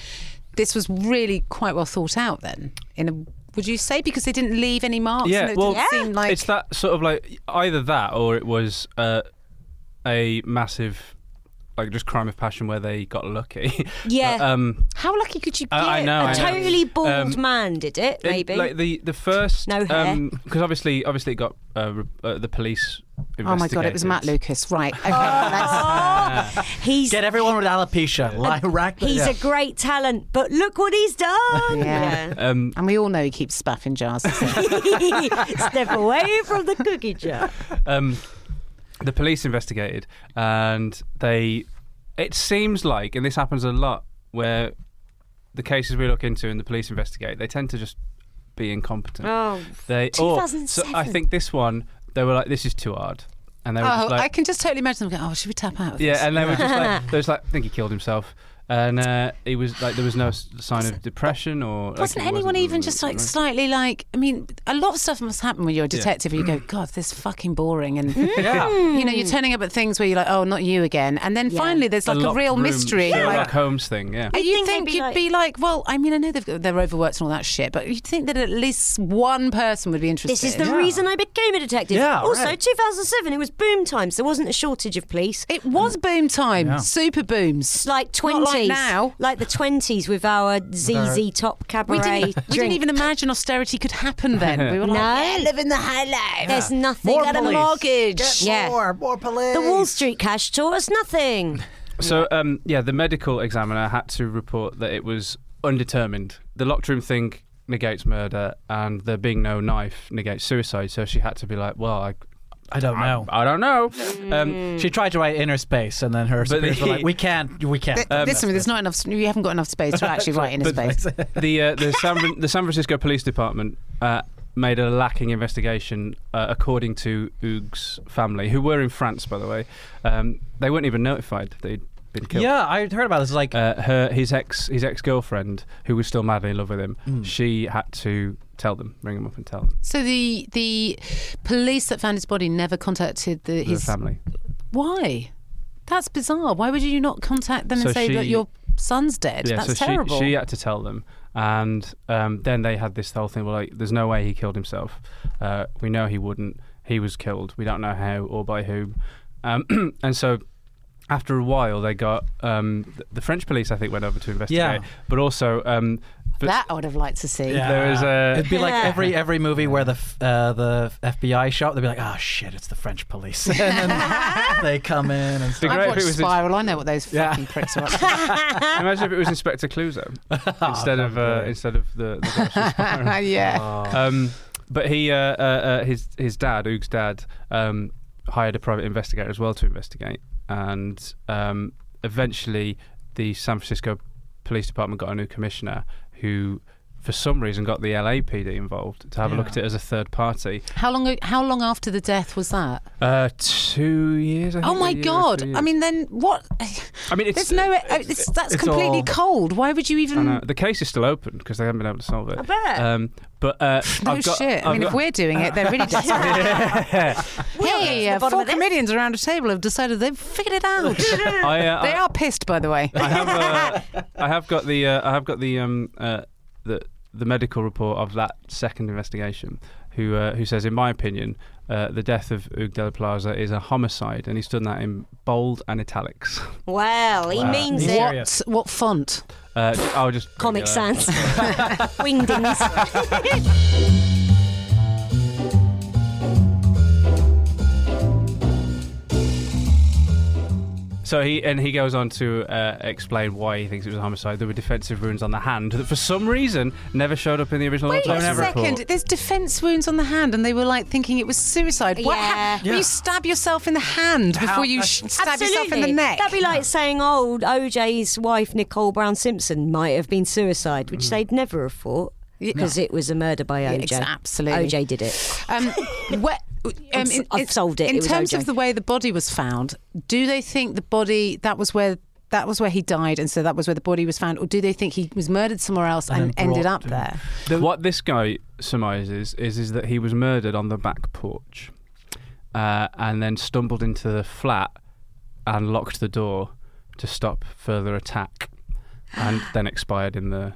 S4: this was really quite well thought out then. In a, would you say because they didn't leave any marks?
S2: Yeah,
S4: and it
S2: well,
S4: didn't seem like
S2: it's that sort of like either that or it was uh, a massive like just crime of passion where they got lucky. [laughs]
S3: Yeah.
S2: But, um,
S4: how lucky could you be?
S2: I- I know,
S3: A
S2: I know.
S3: totally bald
S2: Um,
S3: man did it,
S2: It-
S3: maybe. [laughs]
S2: like the the first
S3: No hair.
S2: because obviously obviously it got uh, re- uh, the police.
S4: Oh my god, it was Matt
S2: investigated.
S4: Lucas, right? Okay, that's,
S3: Oh, he's
S1: Get everyone with alopecia.
S3: [laughs]
S1: Lie, rack the-
S3: he's
S1: yeah.
S3: a great talent, but look what he's done.
S4: Yeah.
S2: [laughs] Um,
S4: and we all know he keeps spaff in
S3: [laughs]
S4: jars.
S2: [laughs]
S3: Step away from the cookie jar.
S2: um, the police investigated, and they. It seems like, and this happens a lot, where the cases we look into and the police investigate, they tend to just be incompetent.
S3: Oh,
S2: they or so
S3: 2007.
S2: I think this one they were like, this is too hard, and they were
S4: Oh,
S2: just like,
S4: I can just totally imagine them going, "Oh, should we tap out?" Of this?
S2: yeah, and they were just
S4: [laughs]
S2: like, they was like, I think he killed himself. And uh, he was like, there was no s- sign of depression or. like,
S4: Wasn't
S2: he
S4: anyone even just like slightly like? I mean, a lot of stuff must happen when you're a detective. and You
S2: Mm.
S4: go, God, this is fucking boring, and
S3: Hmm.
S4: you know, you're turning up at things where you're like, oh, not you again. And then finally, there's like a,
S2: locked
S4: real
S2: room
S4: mystery. and you're
S2: Sherlock
S4: like,
S2: Holmes thing, yeah.
S4: And
S3: You'd
S4: you
S3: think
S4: think
S3: they'd be
S4: you'd
S3: like-
S4: be like, well, I mean, I know they've got, they're overworked and all that shit, but you'd think that at least one person would be
S3: This
S4: interested.
S3: is the reason I became a detective.
S1: Yeah,
S3: also,
S1: right.
S3: 2007, it was boom times. There wasn't a shortage of police.
S4: It was boom time, super booms.
S3: It's like 20s.
S4: Not like now.
S3: Like the 20s with our ZZ Top
S4: We
S3: Cabaret
S4: didn't,
S3: drink.
S4: we didn't even imagine austerity could happen
S3: [laughs]
S4: then. We were like,
S3: No.
S4: yeah, living the high life.
S3: There's nothing.
S1: More
S3: Got a
S1: police.
S3: mortgage. yeah.
S1: More, more police.
S3: The Wall Street cash taught us
S4: [laughs]
S3: nothing.
S2: So, um, yeah, the medical examiner had to report that it was undetermined. The locked room thing negates murder, and there being no knife negates suicide. So she had to be like, well, I,
S1: I don't
S2: I,
S1: know.
S2: I don't know. Um,
S1: She tried to write inner space, and then her superiors were
S2: the-
S1: like, "We can't, we can't."
S4: this one, there's not enough. You haven't got enough space to
S2: [laughs]
S4: actually write in a space.
S2: the uh, the San Fran- the San Francisco Police Department uh, made a lacking investigation, uh, according to Oog's family, who were in France, by the way. Um, they weren't even notified they'd been killed.
S1: yeah, I heard about this. Like,
S2: Uh, her his ex his ex girlfriend, who was still madly in love with him, she had to tell them, ring them up, and tell them
S4: So the the police that found his body never contacted the,
S2: the
S4: his
S2: family.
S4: Why? That's bizarre. Why would you not contact them
S2: So
S4: and say
S2: she-
S4: that your son's dead?
S2: Yeah,
S4: That's
S2: so
S4: terrible.
S2: she she had to tell them, and um, then they had this whole thing. Well, like, there's no way he killed himself. Uh, we know he wouldn't. He was killed. We don't know how or by whom. Um, [clears throat] and so, after a while, they got um, th- the French police. I think went over to investigate,
S1: Yeah.
S2: but also. Um, but
S4: [laughs] that I would have liked to see.
S1: Yeah.
S2: There is
S4: [laughs]
S2: a
S1: It'd be like every every movie where the f- uh, the FBI show up, they'd be like, "Oh shit, it's the French police," [laughs] and
S4: [laughs]
S1: then they come in and
S2: Be
S1: stuff.
S2: great
S4: I've
S2: if
S4: watched
S2: it was
S4: Spiral. I know what those
S2: [laughs]
S4: fucking pricks are up to.
S2: imagine if it was Inspector Clouseau instead of uh, instead of the, the guy from Spiral.
S3: Oh,
S4: yeah.
S2: Um, but he, uh, uh, uh, his his dad, Oog's dad, um, hired a private investigator as well to investigate, and um, eventually the San Francisco Police Department got a new commissioner who. For some reason, got the LAPD involved to have a look at it as a third party.
S4: How long? How long after the death was that?
S2: Uh, two years. I
S4: Oh
S2: think, a
S4: my
S2: year or
S4: god!
S2: two
S4: I
S2: years.
S4: mean, then what?
S2: I mean, it's-
S4: there's no.
S2: it's-
S4: uh, it's, that's
S1: it's
S4: completely
S1: all-
S4: cold. Why would you
S2: I
S4: even?
S2: know. the case is still open because they haven't been able to solve it. I
S3: bet.
S2: Um, but uh,
S4: [laughs] No
S2: I've got,
S4: shit.
S2: I've
S4: I mean,
S2: got-
S4: if we're doing it,
S2: [laughs]
S4: they're really desperate. hey, uh,
S3: bottom
S4: four
S3: of this.
S4: comedians around a table have decided they've figured it out.
S2: [laughs] I, uh,
S4: they
S2: I-
S4: are pissed, by the way.
S2: I have, uh, I have got the, uh, I have got the, um, uh, the, the medical report of that second investigation. Who, uh, who says, in my opinion, uh, the death of Hugues de la Plaza is a homicide, and he's done that in bold and italics. [laughs]
S3: Well, he means
S1: He's
S3: it.
S1: serious.
S4: What? What font?
S2: Uh, I'll just
S3: Comic
S2: uh,
S3: Sans. Wingdings.
S2: So he and he goes on to uh, explain why he thinks it was a homicide. There were defensive wounds on the hand that, for some reason, never showed up in the original
S4: Wait a
S2: autopsy
S4: second.
S2: report.
S4: There's defense wounds on the hand, and they were like thinking it was suicide. What?
S3: Yeah.
S4: hap- will You stab yourself in the hand before you sh- stab yourself in the neck.
S3: That'd be like saying old OJ's wife Nicole Brown Simpson might have been suicide, which they'd never have thought because it was a murder by OJ.
S4: ex- absolutely.
S3: OJ did it. [laughs]
S4: Um, where, um,
S3: I've s- I've solved it.
S4: In
S3: It was
S4: terms
S3: OJ.
S4: of the way the body was found, do they think the body that was where that was where he died, and so that was where the body was found, or do they think he was murdered somewhere else
S1: then
S4: and, ended
S1: brought
S4: up
S1: to-
S4: there?
S2: what this guy surmises is is that he was murdered on the back porch, uh, and then stumbled into the flat and locked the door to stop further attack,
S4: [gasps]
S2: and then expired in the.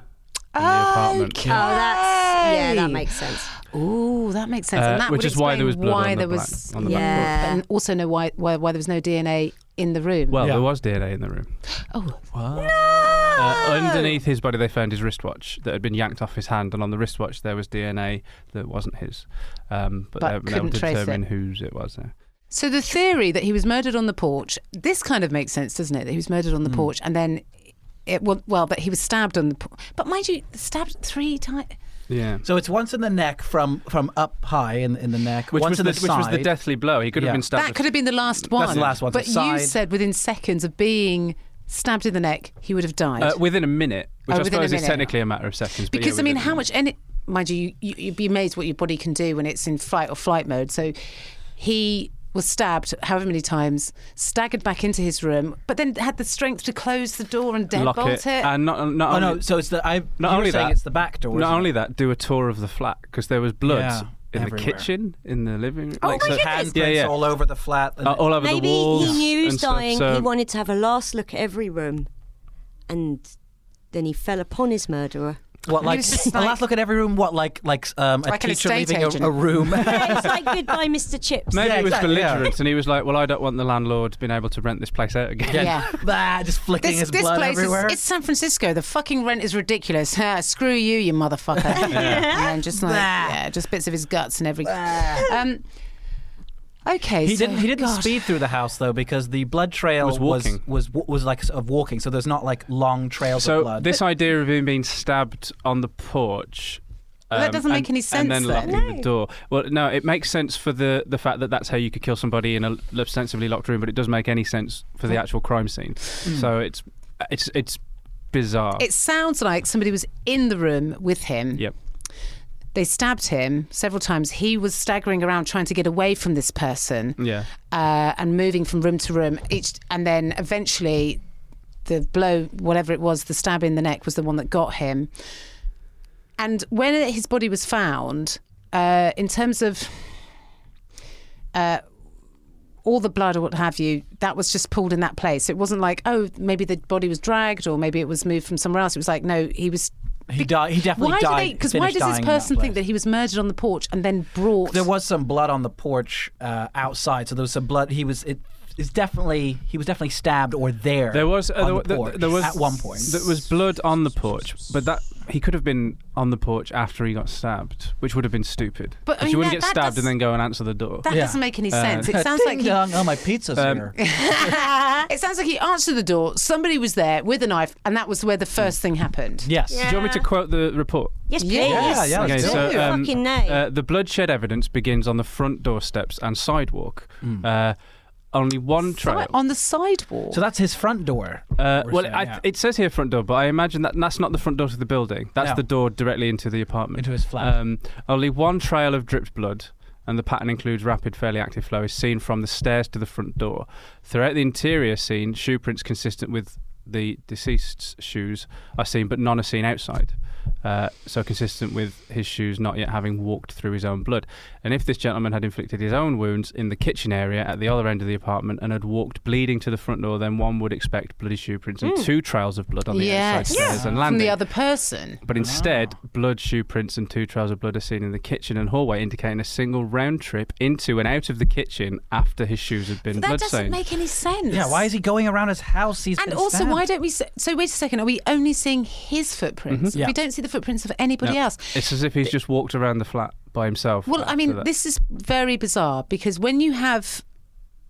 S2: In the apartment.
S4: Okay.
S3: Oh, that's yeah, that makes sense.
S4: Ooh, that makes sense.
S2: Uh,
S4: and that
S2: which
S4: would
S2: is why there was
S4: explain
S2: blood on
S4: why
S2: the
S4: there
S2: black-
S4: was-
S2: on the
S3: black Yeah. book.
S4: and also know why, why why there was no DNA in the room.
S2: Well,
S1: Yeah.
S2: there was DNA in the room.
S4: oh,
S2: Uh, underneath his body, they found his wristwatch that had been yanked off his hand, and on the wristwatch there was DNA that wasn't his. Um, but,
S4: But
S2: they were able
S4: couldn't
S2: to
S4: trace it.
S2: determine whose it was. yeah.
S4: So the theory that he was murdered on the porch, this kind of makes sense, doesn't it? That he was murdered on the porch and then it well, well that he was stabbed on the porch. But mind you, stabbed three times.
S2: Yeah.
S1: So it's once in the neck from from up high in in the neck,
S2: Which
S1: once
S2: was
S1: in
S2: the,
S1: the,
S2: which was the
S1: side.
S2: deathly blow. He could
S1: Yeah.
S2: have been stabbed.
S4: That could have been the last one.
S1: That's the last one,
S4: But
S1: the
S4: you
S1: side.
S4: said within seconds of being stabbed in the neck, he would have died.
S2: uh, within a minute, which
S4: Oh,
S2: I
S4: within a
S2: suppose is
S4: minute.
S2: technically a matter of seconds. but yeah,
S4: because I
S2: within
S4: mean,
S2: a minute.
S4: how much? Any, mind you, you, you'd be amazed what your body can do when it's in flight or flight mode. So he was stabbed however many times, staggered back into his room, but then had the strength to close the door and
S2: Lock
S4: deadbolt it.
S2: it. And not, not
S1: Oh
S2: only,
S1: no! So it's the I. you
S2: not
S1: were
S2: only
S1: saying
S2: that,
S1: it's the back door.
S2: Not
S1: isn't
S2: only
S1: it?
S2: that, do a tour of the flat because there was blood
S1: Yeah,
S2: in
S1: everywhere.
S2: the kitchen, in the living room.
S1: Oh
S2: like,
S1: my
S2: so-
S1: goodness!
S2: Yeah, yeah.
S1: all over the flat. and-
S2: Uh, all over
S3: Maybe
S2: the walls.
S3: he knew he was
S2: and stuff,
S3: dying.
S2: so-
S3: He wanted to have a last look at every room, and then he fell upon
S2: [laughs]
S3: his murderer.
S1: what like?
S4: it's just
S1: a
S4: like-
S1: last look at every room. What like like um, a
S4: Like an
S1: teacher
S4: estate
S1: leaving
S4: agent.
S1: a, a room.
S3: Yeah, it's like goodbye, Mr. Chips.
S2: Maybe
S1: Yeah,
S2: it was
S1: exactly, yeah.
S2: belligerent, and he was like, "Well, I don't want the landlord being able to rent this place out again."
S4: [laughs] Yeah.
S1: [laughs] bah, just flicking
S4: This,
S1: his
S4: this
S1: blood
S4: place
S1: everywhere.
S4: is it's San Francisco. The fucking rent is ridiculous. Ha, Screw you,
S1: [laughs]
S4: you motherfucker. And then just like yeah, just bits of his guts and every. um, okay,
S1: he
S4: so-
S1: didn't. He didn't
S4: God.
S1: speed through the house though, because the blood trail
S2: Was
S1: was
S2: walking.
S1: was was, was like sort of walking. So there's not like long trails
S2: So
S1: of blood.
S2: this idea of him being stabbed on the porch. um,
S4: Well, that doesn't make
S2: and-
S4: any
S2: And then
S4: sense
S2: locking
S4: then.
S2: the door. Well, no, it makes sense for the, the fact that that's how you could kill somebody in a l- ostensibly locked room, but it does make any sense for the actual crime scene.
S4: Mm.
S2: So it's it's it's bizarre.
S4: It sounds like somebody was in the room with him.
S2: yep.
S4: They stabbed him several times. He was staggering around trying to get away from this person.
S2: Yeah.
S4: uh, and moving from room to room each and then eventually the blow whatever it was the stab in the neck was the one that got him and when his body was found uh, in terms of uh, all the blood or what have you that was just pulled in that place it wasn't like oh maybe the body was dragged or maybe it was moved from somewhere else it was like no he was
S1: he died. He definitely
S4: why do
S1: died.
S4: they because why
S1: finished
S4: does this
S1: dying in
S4: person
S1: place.
S4: think that he was murdered on the porch and then brought
S1: there was some blood on the porch uh, outside? So there was some blood. He was it. Is definitely he was definitely stabbed or there.
S2: There was uh,
S1: on
S2: there,
S1: the
S2: wa- there-
S1: porch
S2: there was
S1: at one point.
S2: There was blood on the porch, but that he could have been on the porch after he got stabbed, which would have been stupid.
S4: But, I
S2: 'Cause
S4: mean,
S2: you wouldn't
S4: that-
S2: get
S4: that
S2: stabbed
S4: does-
S2: and then go and answer the door.
S4: that
S1: Yeah.
S4: doesn't make any
S2: Uh, [laughs]
S4: sense it sounds like
S1: Ding
S4: he
S1: dong! Oh, my pizza's
S2: Um,
S4: [laughs]
S1: here.
S4: It sounds like he answered the door. Somebody was there with a knife, and that was where the first thing happened.
S1: Yes.
S2: Do you want me to quote the report?
S3: Yes, please.
S4: Yeah,
S1: yeah,
S2: Okay,
S1: let's do
S2: so
S1: it.
S2: um,
S3: Fucking name.
S2: uh, the bloodshed evidence begins on the front doorsteps and sidewalk. Uh, only one trail.
S4: Somewhere on the sidewalk.
S1: So that's his front door.
S2: uh,
S1: we're
S2: well,
S1: saying,
S2: I,
S1: yeah.
S2: it says here front door, but I imagine that that's not the front door to the building. That's
S1: No.
S2: the door directly into the apartment,
S1: Into his flat.
S2: Um, only one trail of dripped blood, and the pattern includes rapid, fairly active flow, is seen from the stairs to the front door. Throughout the interior scene, shoe prints consistent with the deceased's shoes are seen, but none are seen outside. Uh, so consistent with his shoes not yet having walked through his own blood. And if this gentleman had inflicted his own wounds in the kitchen area at the other end of the apartment and had walked bleeding to the front door, then one would expect bloody shoe prints and two trails of blood on the outside
S4: Hmm. yes,
S2: stairs and
S4: from
S2: landing.
S4: the other person.
S2: But instead,
S4: Ah.
S2: blood shoe prints and two trails of blood are seen in the kitchen and hallway, indicating a single round trip into and out of the kitchen after his shoes had been
S4: That doesn't
S2: bloodstained.
S4: make any sense.
S1: Yeah. Why is he going around his house? He's
S4: And
S1: been
S4: also,
S1: stabbed.
S4: why don't we? s- So wait a second. Are we only seeing his footprints?
S1: Mm-hmm. Yeah.
S4: We don't see the footprints of anybody else.
S2: It's as if he's just walked around the flat by himself.
S4: Well, I
S2: after
S4: mean,
S2: that.
S4: this is very bizarre because when you have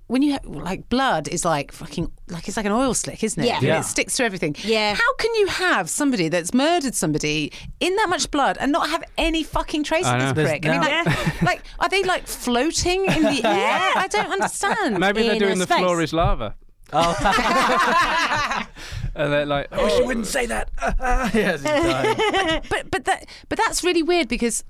S4: when you have like blood is like fucking like it's like an oil slick, isn't it?
S3: Yeah.
S4: And
S2: Yeah.
S4: It sticks to everything.
S3: Yeah.
S4: How can you have somebody that's murdered somebody in that much blood and not have any fucking trace
S2: I
S4: of this
S2: know.
S4: prick? I mean,
S1: There's
S2: [laughs]
S4: like, like, are they like floating in the air? I don't
S2: [laughs]
S4: understand.
S2: Maybe they're
S3: in
S2: doing
S3: a
S2: the
S3: space.
S2: floor is lava. [laughs]
S4: [laughs]
S2: and they're like,
S1: I wish
S2: oh,
S1: you wouldn't say that. [laughs] yes,
S4: [laughs]
S1: it's
S4: but but that but that's really weird because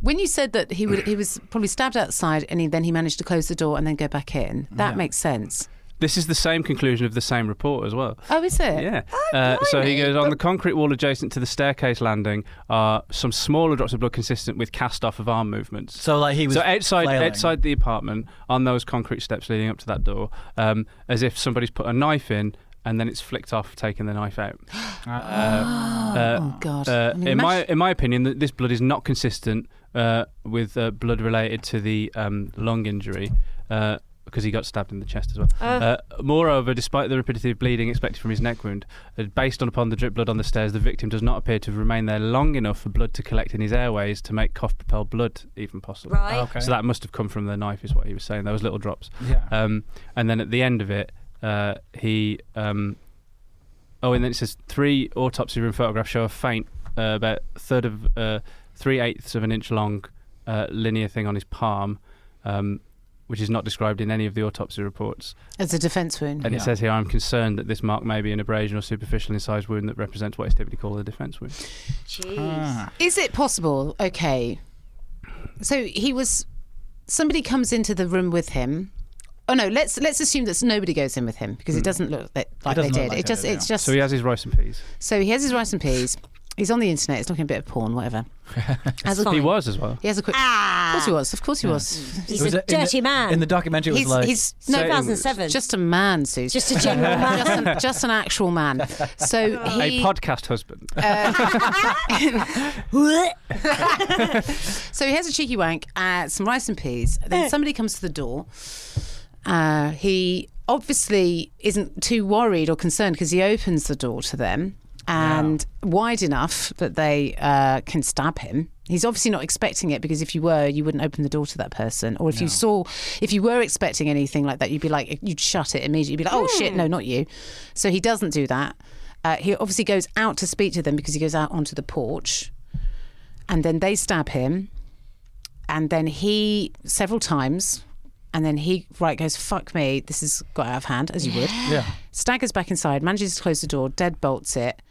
S4: when you said that he would he was probably stabbed outside and he, then he managed to close the door and then go back in. That makes sense.
S2: this is the same conclusion of the same report as well.
S4: Oh, is it?
S2: Yeah. Uh, so he goes on the concrete wall adjacent to the staircase landing are some smaller drops of blood consistent with cast off of arm movements.
S1: So, like, he was
S2: so outside
S1: flailing.
S2: outside the apartment on those concrete steps leading up to that door, um, as if somebody's put a knife in and then it's flicked off, taking the knife out. Uh,
S4: oh God.
S2: Uh,
S4: I mean,
S2: in
S4: mash-
S2: my in my opinion, th- this blood is not consistent uh, with uh, blood related to the um, lung injury. Uh, because he got stabbed in the chest as well. Uh, moreover, despite the rapidity of bleeding expected from his neck wound, uh, based on upon the drip blood on the stairs, the victim does not appear to have remained there long enough for blood to collect in his airways to make cough-propelled blood even possible.
S3: Right.
S1: Okay.
S2: So that must have come from the knife, is what he was saying. Those little drops.
S1: Yeah.
S2: Um, and then at the end of it, uh, he. Um, oh, and then it says three autopsy room photographs show a faint, uh, about a third of uh, three eighths of an inch long uh, linear thing on his palm, um, which is not described in any of the autopsy reports.
S4: as a defence wound.
S2: And
S1: Yeah.
S2: it says here, I'm concerned that this mark may be an abrasion or superficial incised wound that represents what is typically called a defence wound.
S3: Jeez.
S1: ah.
S4: Is it possible? Okay. So he was. Somebody comes into the room with him. Oh no! Let's let's assume that nobody goes in with him because it doesn't look that, like they
S1: doesn't look
S4: did.
S1: like
S4: it
S1: they
S4: just
S1: did,
S4: it's
S1: yeah.
S4: just
S2: So he has his rice and peas.
S4: So he has his rice and peas. He's on the internet. He's looking at a bit of porn, whatever. As a,
S2: He was as well.
S4: He has a quick. Of course he was. Of course he was.
S3: He's
S1: It was
S3: a
S1: in the-
S3: dirty man.
S1: In the documentary, it was
S4: He's,
S1: like
S4: he's
S3: no,
S4: no,
S2: Say it in-
S3: 2007.
S4: just a man, Susie.
S3: Just a
S4: [laughs]
S3: general man.
S4: Just an, just an actual man. So he,
S2: A
S4: Uh,
S2: [laughs]
S4: [laughs]
S2: podcast husband.
S4: so he has a cheeky wank, uh, some rice and peas. Then somebody comes to the door. Uh, he obviously isn't too worried or concerned because he opens the door to them and wide enough that they uh, can stab him. He's obviously not expecting it because if you were, you wouldn't open the door to that person. Or if you saw, if you were expecting anything like that, you'd be like, you'd shut it immediately. You'd be like, oh shit, no, not you. So he doesn't do that. Uh, he obviously goes out to speak to them because he goes out onto the porch and then they stab him and then he several times and then he right goes fuck me this has got out of hand as you would
S1: Yeah.
S4: staggers back inside manages to close the door deadbolts it
S2: to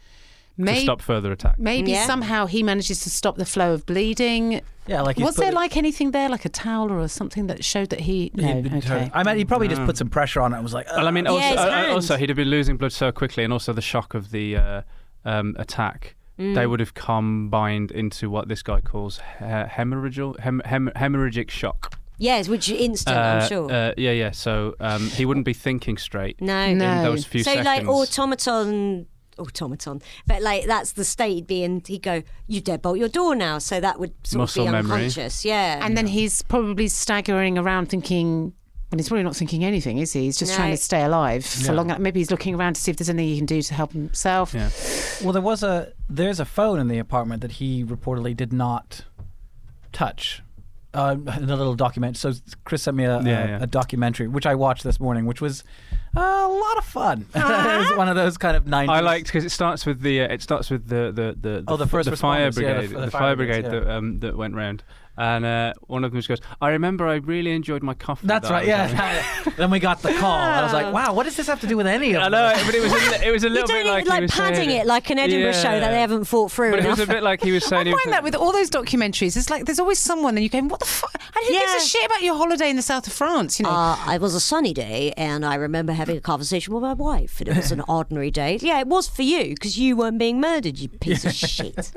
S4: maybe
S2: [laughs] stop further attack.
S4: maybe
S3: Yeah.
S4: somehow he manages to stop the flow of bleeding
S1: Yeah, like he's
S4: was
S1: put
S4: there
S1: it-
S4: like anything there like a towel or something that showed that he no
S1: He'd been
S4: okay
S1: turned- I mean, he probably just put some pressure on it. and was like,
S2: Mm. Well, I mean, also,
S3: his
S2: uh,
S3: hand.
S2: also he'd have been losing blood so quickly, and also the shock of the uh, um, attack. They
S3: Mm.
S2: would have combined into what this guy calls he- hemorrhagic, hem- hem- hemorrhagic shock.
S3: yes, which is instant,
S2: Uh,
S3: Oh, I'm sure.
S2: uh, yeah, yeah. So um, he wouldn't be thinking straight.
S3: no.
S2: In
S4: No.
S2: those few
S3: so
S2: seconds.
S3: like automaton automaton but like that's the state he'd be in he'd go you deadbolt your door now so that would sort
S2: Muscle
S3: of be
S2: memory.
S3: unconscious yeah
S4: and then he's probably staggering around thinking well, he's probably not thinking anything, is he? He's just
S3: No.
S4: trying to stay alive for long. Maybe he's looking around to see if there's anything he can do to help himself.
S2: Yeah.
S1: well, there was a there's a phone in the apartment that he reportedly did not touch. Uh, in a little document. So Chris sent me a, a-
S2: Yeah, yeah.
S1: a documentary which I watched this morning, which was a lot of fun. [laughs] it was one of those kind of nineties.
S2: I liked because it starts with the uh, it starts with the the the,
S1: Oh, the
S2: f-
S1: first
S2: the fire
S1: responders, yeah, the
S2: brigade
S1: f- the
S2: the
S1: fire
S2: fire
S1: brigades,
S2: brigade that um, that went round. And uh, one of them just goes, "I remember, I really enjoyed my coffee."
S1: That's
S2: that I
S1: right.
S2: was having."
S1: Yeah. [laughs] then we got the call. I was like, wow, what does this have to do with any of?
S2: I know, but it was a, it was a
S3: you
S2: little
S3: don't
S2: bit
S3: even
S2: like
S3: like,
S2: he was
S3: padding
S2: saying-
S3: it like an edinburgh show that
S2: Yeah.
S3: they haven't thought through
S2: But it
S3: enough
S2: was a bit like he was saying.
S4: I
S2: he was
S4: find that with all those documentaries, it's like there's always someone, and you go, "What the fuck? And who
S3: Yeah.
S4: gives a shit about your holiday in the south of France?" You know,
S3: [laughs] uh, it was a sunny day, and I remember having a conversation with my wife, and
S2: [laughs]
S3: it was an ordinary day. Yeah, it was for you because you weren't being murdered, you
S2: [laughs]
S3: piece of shit.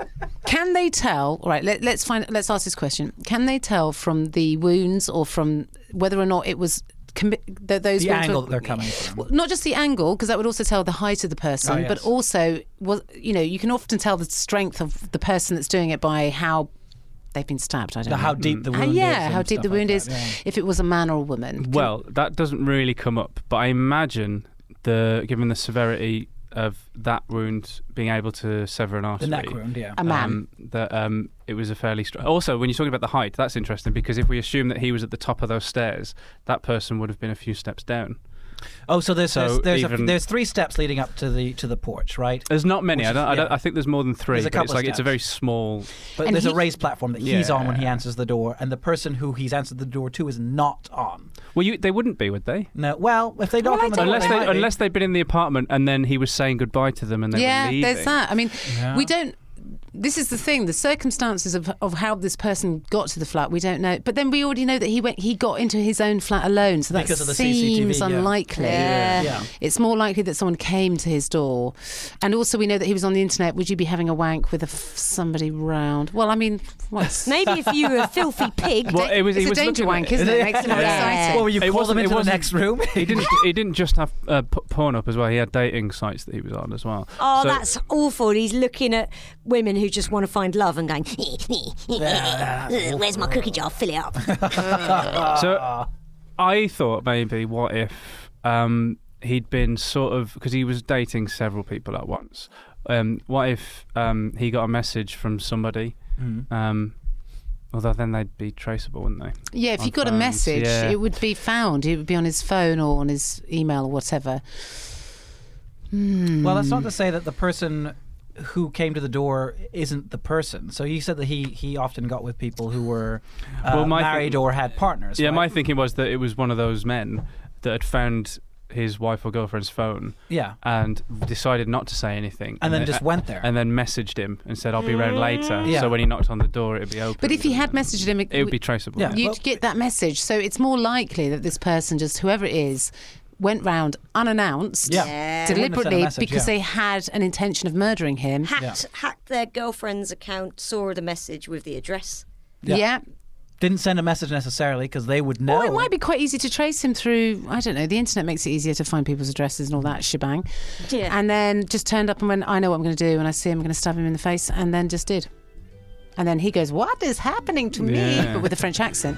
S4: can they tell? All right, let, let's find. Let's ask this question: Can they tell from the wounds or from whether or not it was commi- th- those
S1: the
S4: wounds
S1: angle
S4: were-
S1: that they're coming from.
S4: not just the angle because that would also tell the height of the person
S1: Oh, yes.
S4: but also was you know you can often tell the strength of the person that's doing it by how they've been stabbed i don't know
S1: How
S2: Mm.
S1: deep the
S4: Uh,
S1: wound is.
S4: yeah
S1: and
S4: how deep
S1: stuff
S4: the wound
S1: like
S4: is
S1: that, yeah.
S4: if it was a man or a woman
S2: Well, that doesn't really come up, but I imagine the given the severity of that wound being able to sever an
S1: The
S2: artery,
S1: neck wound, yeah.
S4: a man
S2: um, that um, it was a fairly strong. Also, when you're talking about the height, that's interesting because if we assume that he was at the top of those stairs, that person would have been a few steps down.
S1: Oh, so there's
S2: So
S1: there's there's, a,
S2: even- Uh,
S1: there's three steps leading up to the to the porch, right?
S2: There's not many.
S1: Which
S2: I,
S1: is-
S2: don't, I, don't,
S1: yeah.
S2: I think there's more than three.
S1: There's a
S2: but it's
S1: couple
S2: like it's a
S1: steps.
S2: very small.
S1: But
S4: And
S1: there's a
S4: he-
S1: raised platform that he's on when he
S2: Yeah.
S1: answers the door, and the person who he's answered the door to is not on.
S2: Well, you, they wouldn't be, would they?
S1: No, well, if they knock
S3: I
S1: on the
S3: don't
S1: door,
S2: Unless
S1: they,
S2: they,
S1: might be.
S2: unless they'd been in the apartment and then he was saying goodbye to them and they
S4: yeah,
S2: were leaving.
S4: there's that. I mean,
S1: Yeah.
S4: we don't. This is the thing: the circumstances of, of how this person got to the flat, we don't know. But then we already know that he went. He got into his own flat alone, so that
S1: Because of the CCTV,
S4: seems
S1: yeah.
S4: unlikely.
S3: Yeah.
S1: Yeah.
S4: It's more likely that someone came to his door, and also we know that he was on the internet. Would you be having a wank with a f- somebody round? Well, I mean, what's
S3: Maybe if you were a filthy pig.
S2: Well, it was-
S4: it's
S2: he
S4: a
S2: was
S4: danger
S2: looking at-
S4: wank, isn't it? Makes
S1: [laughs]
S4: it more
S3: Yeah.
S4: exciting.
S1: Well, you
S2: It
S1: call
S2: wasn't-
S1: them
S2: it
S1: into the
S2: wasn't-
S1: next
S2: [laughs]
S1: room.
S2: He didn't. He didn't just have uh, p- porn up as well. He had dating sites that he was on as well.
S3: Oh,
S2: So-
S3: that's awful. He's looking at women who just want to find love and going, where's my cookie jar? Fill it up.
S1: Ah.
S2: So I thought maybe what if um, he'd been sort of because he was dating several people at once. Um, what if um, he got a message from somebody?
S1: Hmm.
S2: Um, although then they'd be traceable, wouldn't they?
S4: Yeah, if
S2: on
S4: you got a
S2: phones,
S4: message,
S2: yeah.
S4: it would be found. It would be on his phone or on his email or whatever.
S2: Mm.
S1: Well, that's not to say that the person who came to the door isn't the person. So you said that he he often got with people who were uh,
S2: Well, my
S1: married
S2: thing-
S1: or had partners.
S2: Yeah,
S1: right?
S2: my thinking was that it was one of those men that had found his wife or girlfriend's phone
S1: yeah.
S2: and decided not to say anything,
S1: And then just went there.
S2: and then messaged him and said, "I'll be round later."
S1: Yeah.
S2: So when he knocked on the door, it'd be open.
S4: But if he had messaged him,
S2: it would be traceable.
S1: Yeah.
S4: you'd
S1: Well-
S4: get that message. So it's more likely that this person, just whoever it is, went round unannounced,
S1: Yeah. Yeah. They wouldn't have sent a
S4: deliberately,
S1: message,
S4: because
S1: yeah.
S4: they had an intention of murdering him.
S3: Hacked, hacked their girlfriend's account, saw the message with the address.
S4: Yeah.
S1: Didn't send a message necessarily because they would know.
S4: Or it might be quite easy to trace him through. I don't know. The internet makes it easier to find people's addresses and all that shebang.
S3: Yeah.
S4: And then just turned up and went, I know what I'm going to do. And I see him, I'm going to stab him in the face. And then just did. And then he goes, What is happening to me?
S2: Yeah.
S4: But with a
S1: [laughs]
S4: French accent.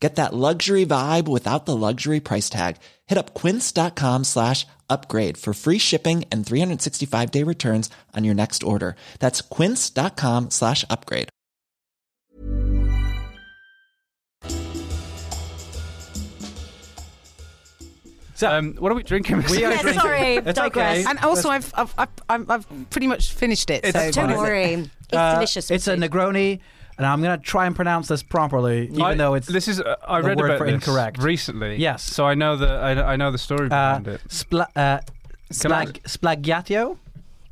S5: Get that luxury vibe without the luxury price tag. Hit up quince.com slash upgrade for free shipping and 365 day returns on your next order. That's quince.com slash upgrade.
S1: So
S2: Um, what are we drinking?
S1: we [laughs] are
S3: Yeah,
S1: drinking.
S3: sorry,
S1: It's okay.
S3: digress.
S4: And also, I've, I've, I've, I've, I've pretty much finished it.
S1: It's fine.
S4: so
S3: Don't worry. It's
S1: Uh,
S3: delicious.
S1: It's a
S3: food. Negroni.
S1: Negroni, and I'm gonna try and pronounce this properly, even
S2: I-
S1: though it's
S2: this is uh, I
S1: the
S2: read
S1: word
S2: about
S1: for
S2: this
S1: incorrect.
S2: recently.
S1: Yes.
S2: so I know the I, I know the story
S1: uh,
S2: behind it.
S1: spla- uh,
S2: Can I-
S1: splag- splagiato.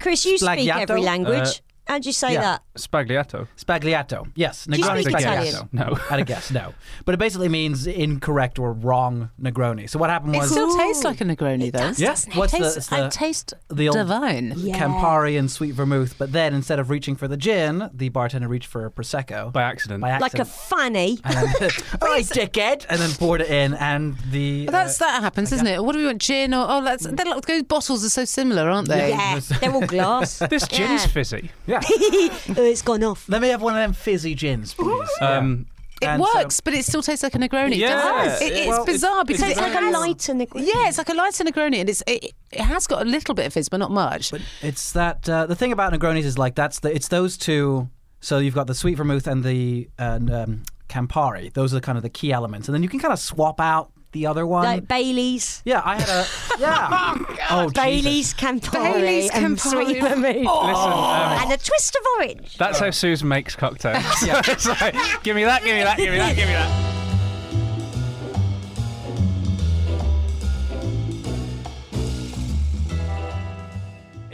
S3: Chris, you speak
S1: Splagliato?
S3: every language. How'd you say
S1: yeah.
S3: that?
S2: Spagliato.
S1: Spagliato. Yes,
S3: you
S1: Negroni
S3: speak Italian?
S1: spagliato. [laughs]
S2: No.
S1: At a guess, no. But it basically means incorrect or wrong Negroni. So what happened
S4: It
S1: was
S4: still tastes like a Negroni, though.
S1: Yeah.
S4: Yes,
S1: What's the-
S4: tastes,
S1: it's the-
S4: I taste
S1: the old-
S4: divine.
S1: Campari and sweet vermouth, but then instead of reaching for the gin, the bartender reached for a prosecco
S2: By accident.
S1: by
S3: Like a
S1: accident.
S3: fanny. [laughs]
S1: and then, "All right, dickhead, and then poured it in, and the
S4: But that's
S1: uh,
S4: that happens, isn't it? Or What do we want? Gin or oh, that's they're like, those bottles are so similar, aren't they?
S3: Yeah, they're all glass.
S2: this gin's
S3: Yeah.
S2: fizzy.
S1: yeah.
S3: [laughs] oh, it's gone
S1: [laughs]
S3: off.
S1: Let me have one of them fizzy gins, please.
S2: Um,
S4: It
S1: And so-
S4: works, but it still tastes like a Negroni.
S2: Yeah.
S4: doesn't it?
S2: It
S4: It-
S2: does.
S4: it's
S2: Well, it's-
S4: bizarre
S2: it's
S4: because
S3: So it's
S4: it
S3: like a
S4: has-
S3: lighter Negroni.
S4: Yeah, it's like a lighter Negroni, and it's it, it has got a little bit of fizz, but not much.
S1: It's that uh, the thing about Negronis is like that's the it's those two. So you've got the sweet vermouth and the and, um, Campari. Those are kind of the key elements, and then you can kind of swap out the other one.
S3: Like Bailey's.
S1: yeah, I had a yeah. oh, Jesus.
S3: Bailey's Campari.
S4: Bailey's
S3: and
S4: Campari.
S3: Sweet vermouth.
S2: listen, um,
S3: And a twist of orange.
S2: that's how Suze makes [laughs] cocktails. It's like, give me that, give me that, give me that, give me that.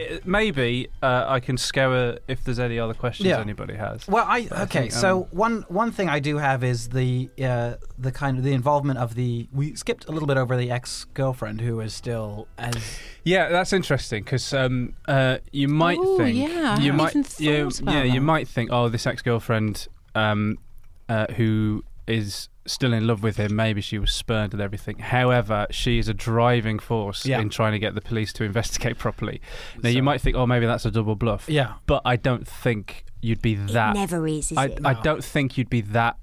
S2: uh, maybe uh, I can scour if there's any other questions
S1: Yeah.
S2: anybody has.
S1: Well, I
S2: I
S1: okay.
S2: think,
S1: so
S2: um,
S1: one one thing I do have is the uh, the kind of the involvement of the. We skipped a little bit over the ex girlfriend who is still as.
S2: Yeah, that's interesting because um, uh, you might
S4: Ooh,
S2: think
S4: yeah, I
S2: you
S4: hadn't
S2: might
S4: even thought
S2: you,
S4: about
S2: yeah you
S4: that.
S2: might think oh this ex girlfriend um, uh, who is still in love with him maybe she was spurned and everything. However, she is a driving force
S1: Yeah.
S2: in trying to get the police to [laughs] investigate properly. Now you might think oh maybe that's a double bluff.
S1: Yeah.
S2: but I don't think you'd be
S3: It
S2: that.
S3: never is, is
S2: I,
S3: it?
S2: I don't think you'd be that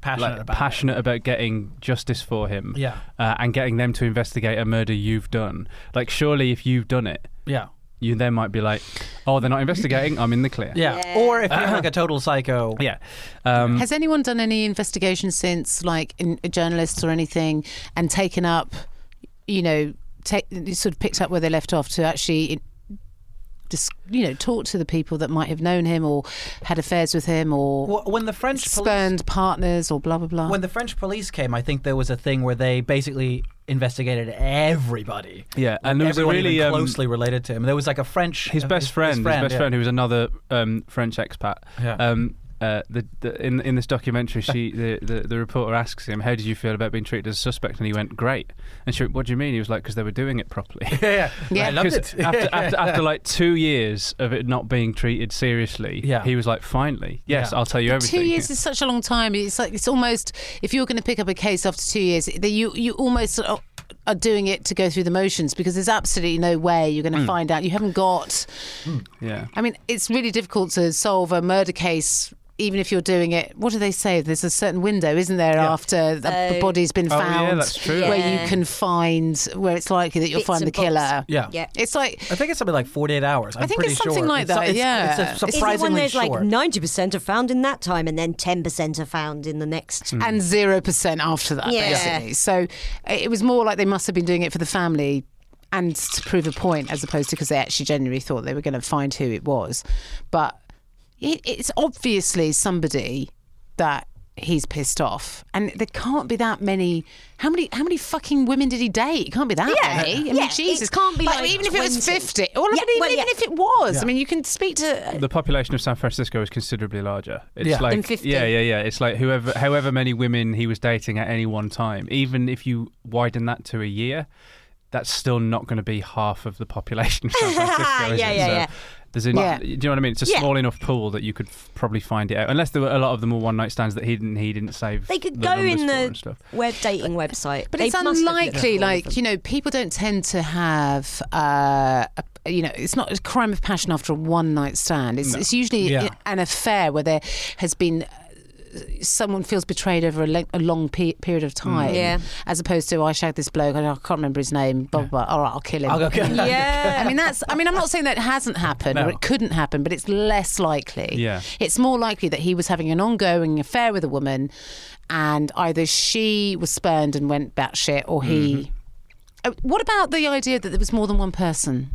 S1: Passionate
S2: like,
S1: about it.
S2: passionate about getting justice for him.
S1: Yeah.
S2: uh, and getting them to investigate a murder you've done. Like surely if you've done it
S1: Yeah.
S2: you then might be like, oh, they're not investigating. I'm in the clear.
S1: Yeah. Or if you're like a total psycho.
S2: [laughs] Yeah.
S1: Mm.
S2: Um,
S4: Has anyone done any investigation since, like in, uh, journalists or anything, and taken up, you know, ta- sort of picked up where they left off to actually, just you know, talk to the people that might have known him or had affairs with him or
S1: Wh- When the French police,
S4: spurned partners or blah blah blah.
S1: when the French police came, I think there was a thing where they basically investigated everybody.
S2: Yeah, and there was a
S1: everyone
S2: really,
S1: even
S2: um,
S1: closely related to him. There was like a French
S2: his
S1: uh,
S2: best friend, his, best
S1: yeah.
S2: friend, who was another um, French expat.
S1: Yeah.
S2: Um, uh, the, the, in in this documentary, she [laughs] the, the, the reporter asks him, "How did you feel about being treated as a suspect?" And he went, "Great." And she, went, "What do you mean?" He was like, "Because they were doing it
S1: [laughs]
S2: properly." [laughs]
S1: Yeah, yeah,
S4: Yeah.
S1: I loved
S2: 'Cause
S1: it.
S2: after, after, after like two years of it not being treated seriously,
S1: Yeah.
S2: he was like, "Finally, yes,
S1: Yeah.
S2: I'll tell you everything."
S4: Two years is such a long time. It's like it's almost if you're going to pick up a case after two years, that you you almost are- are doing it to go through the motions because there's absolutely no way you're going
S1: Mm.
S4: to find out. You haven't got.
S2: yeah.
S4: I mean, it's really difficult to solve a murder case. Even if you're doing it, what do they say? There's a certain window, isn't there, after the, the body's been
S2: Oh, yeah,
S4: found,
S2: that's true.
S4: where
S3: Yeah.
S4: you can find where it's likely that you'll
S3: Bits
S4: find the
S3: and bobs.
S4: killer.
S1: Yeah.
S3: Yeah.
S4: it's like
S1: I think it's something like 48 hours. I'm
S4: think
S1: pretty
S4: it's something
S1: sure.
S4: like
S1: so-
S4: that, yeah.
S1: It's, a
S4: Is
S3: Is it when
S1: surprisingly
S3: there's
S1: short.
S3: like ninety percent are found in that time, and then ten percent are found in the next?
S4: and zero percent after that,
S3: Yeah.
S4: basically. So it was more like they must have been doing it for the family and to prove a point, as opposed to because they actually genuinely thought they were going to find who it was. But it, it's obviously somebody that he's pissed off, and there can't be that many. How many? How many fucking women did he date? It can't be that
S3: Yeah.
S4: many. I mean,
S3: Yeah, it
S4: Jesus,
S3: can't be like
S4: even if it was
S3: 20.
S4: fifty, or
S3: Yeah,
S4: even,
S3: well,
S4: even
S3: yeah.
S4: if it was. I mean, you can speak to.
S2: the population of San Francisco is considerably larger. It's
S1: Yeah.
S2: like
S3: Than 50.
S2: yeah, yeah, yeah. It's like whoever, however many women he was dating at any one time. Even if you widen that to a year, that's still not going to be half of the population of
S3: [laughs]
S2: San Francisco. is
S3: Yeah,
S2: it?
S3: yeah,
S2: So
S3: yeah.
S2: There's en-
S4: Yeah.
S2: Do you know what I mean? It's a
S3: Yeah.
S2: small enough pool that you could f- probably find it out, unless there were a lot of them were one night stands that he didn't he didn't save.
S3: They could
S2: the
S3: go
S2: numbers
S3: in
S2: for and
S3: the
S2: stuff.
S3: web dating website,
S4: But
S3: They
S4: it's
S3: must have looked at all
S4: unlikely.
S3: of them.
S4: Like you know, people don't tend to have. Uh, a, you know, it's not a crime of passion after a one night stand. It's, it's usually
S1: Yeah.
S4: an affair where there has been. uh, Someone feels betrayed over a, le- a long pe- period
S1: Mm.
S4: of time,
S3: Yeah.
S4: as opposed to "Oh, I shagged this bloke and I can't remember his name. Blah blah. blah. All right, I'll kill him.
S1: I'll go kill him.
S3: yeah,
S4: I mean, that's. I mean, I'm not saying that hasn't happened
S2: No.
S4: or it couldn't happen, but it's less likely.
S2: Yeah.
S4: It's more likely that he was having an ongoing affair with a woman, and either she was spurned and went batshit, or
S2: Mm-hmm.
S4: he. Uh, What about the idea that there was more than one person?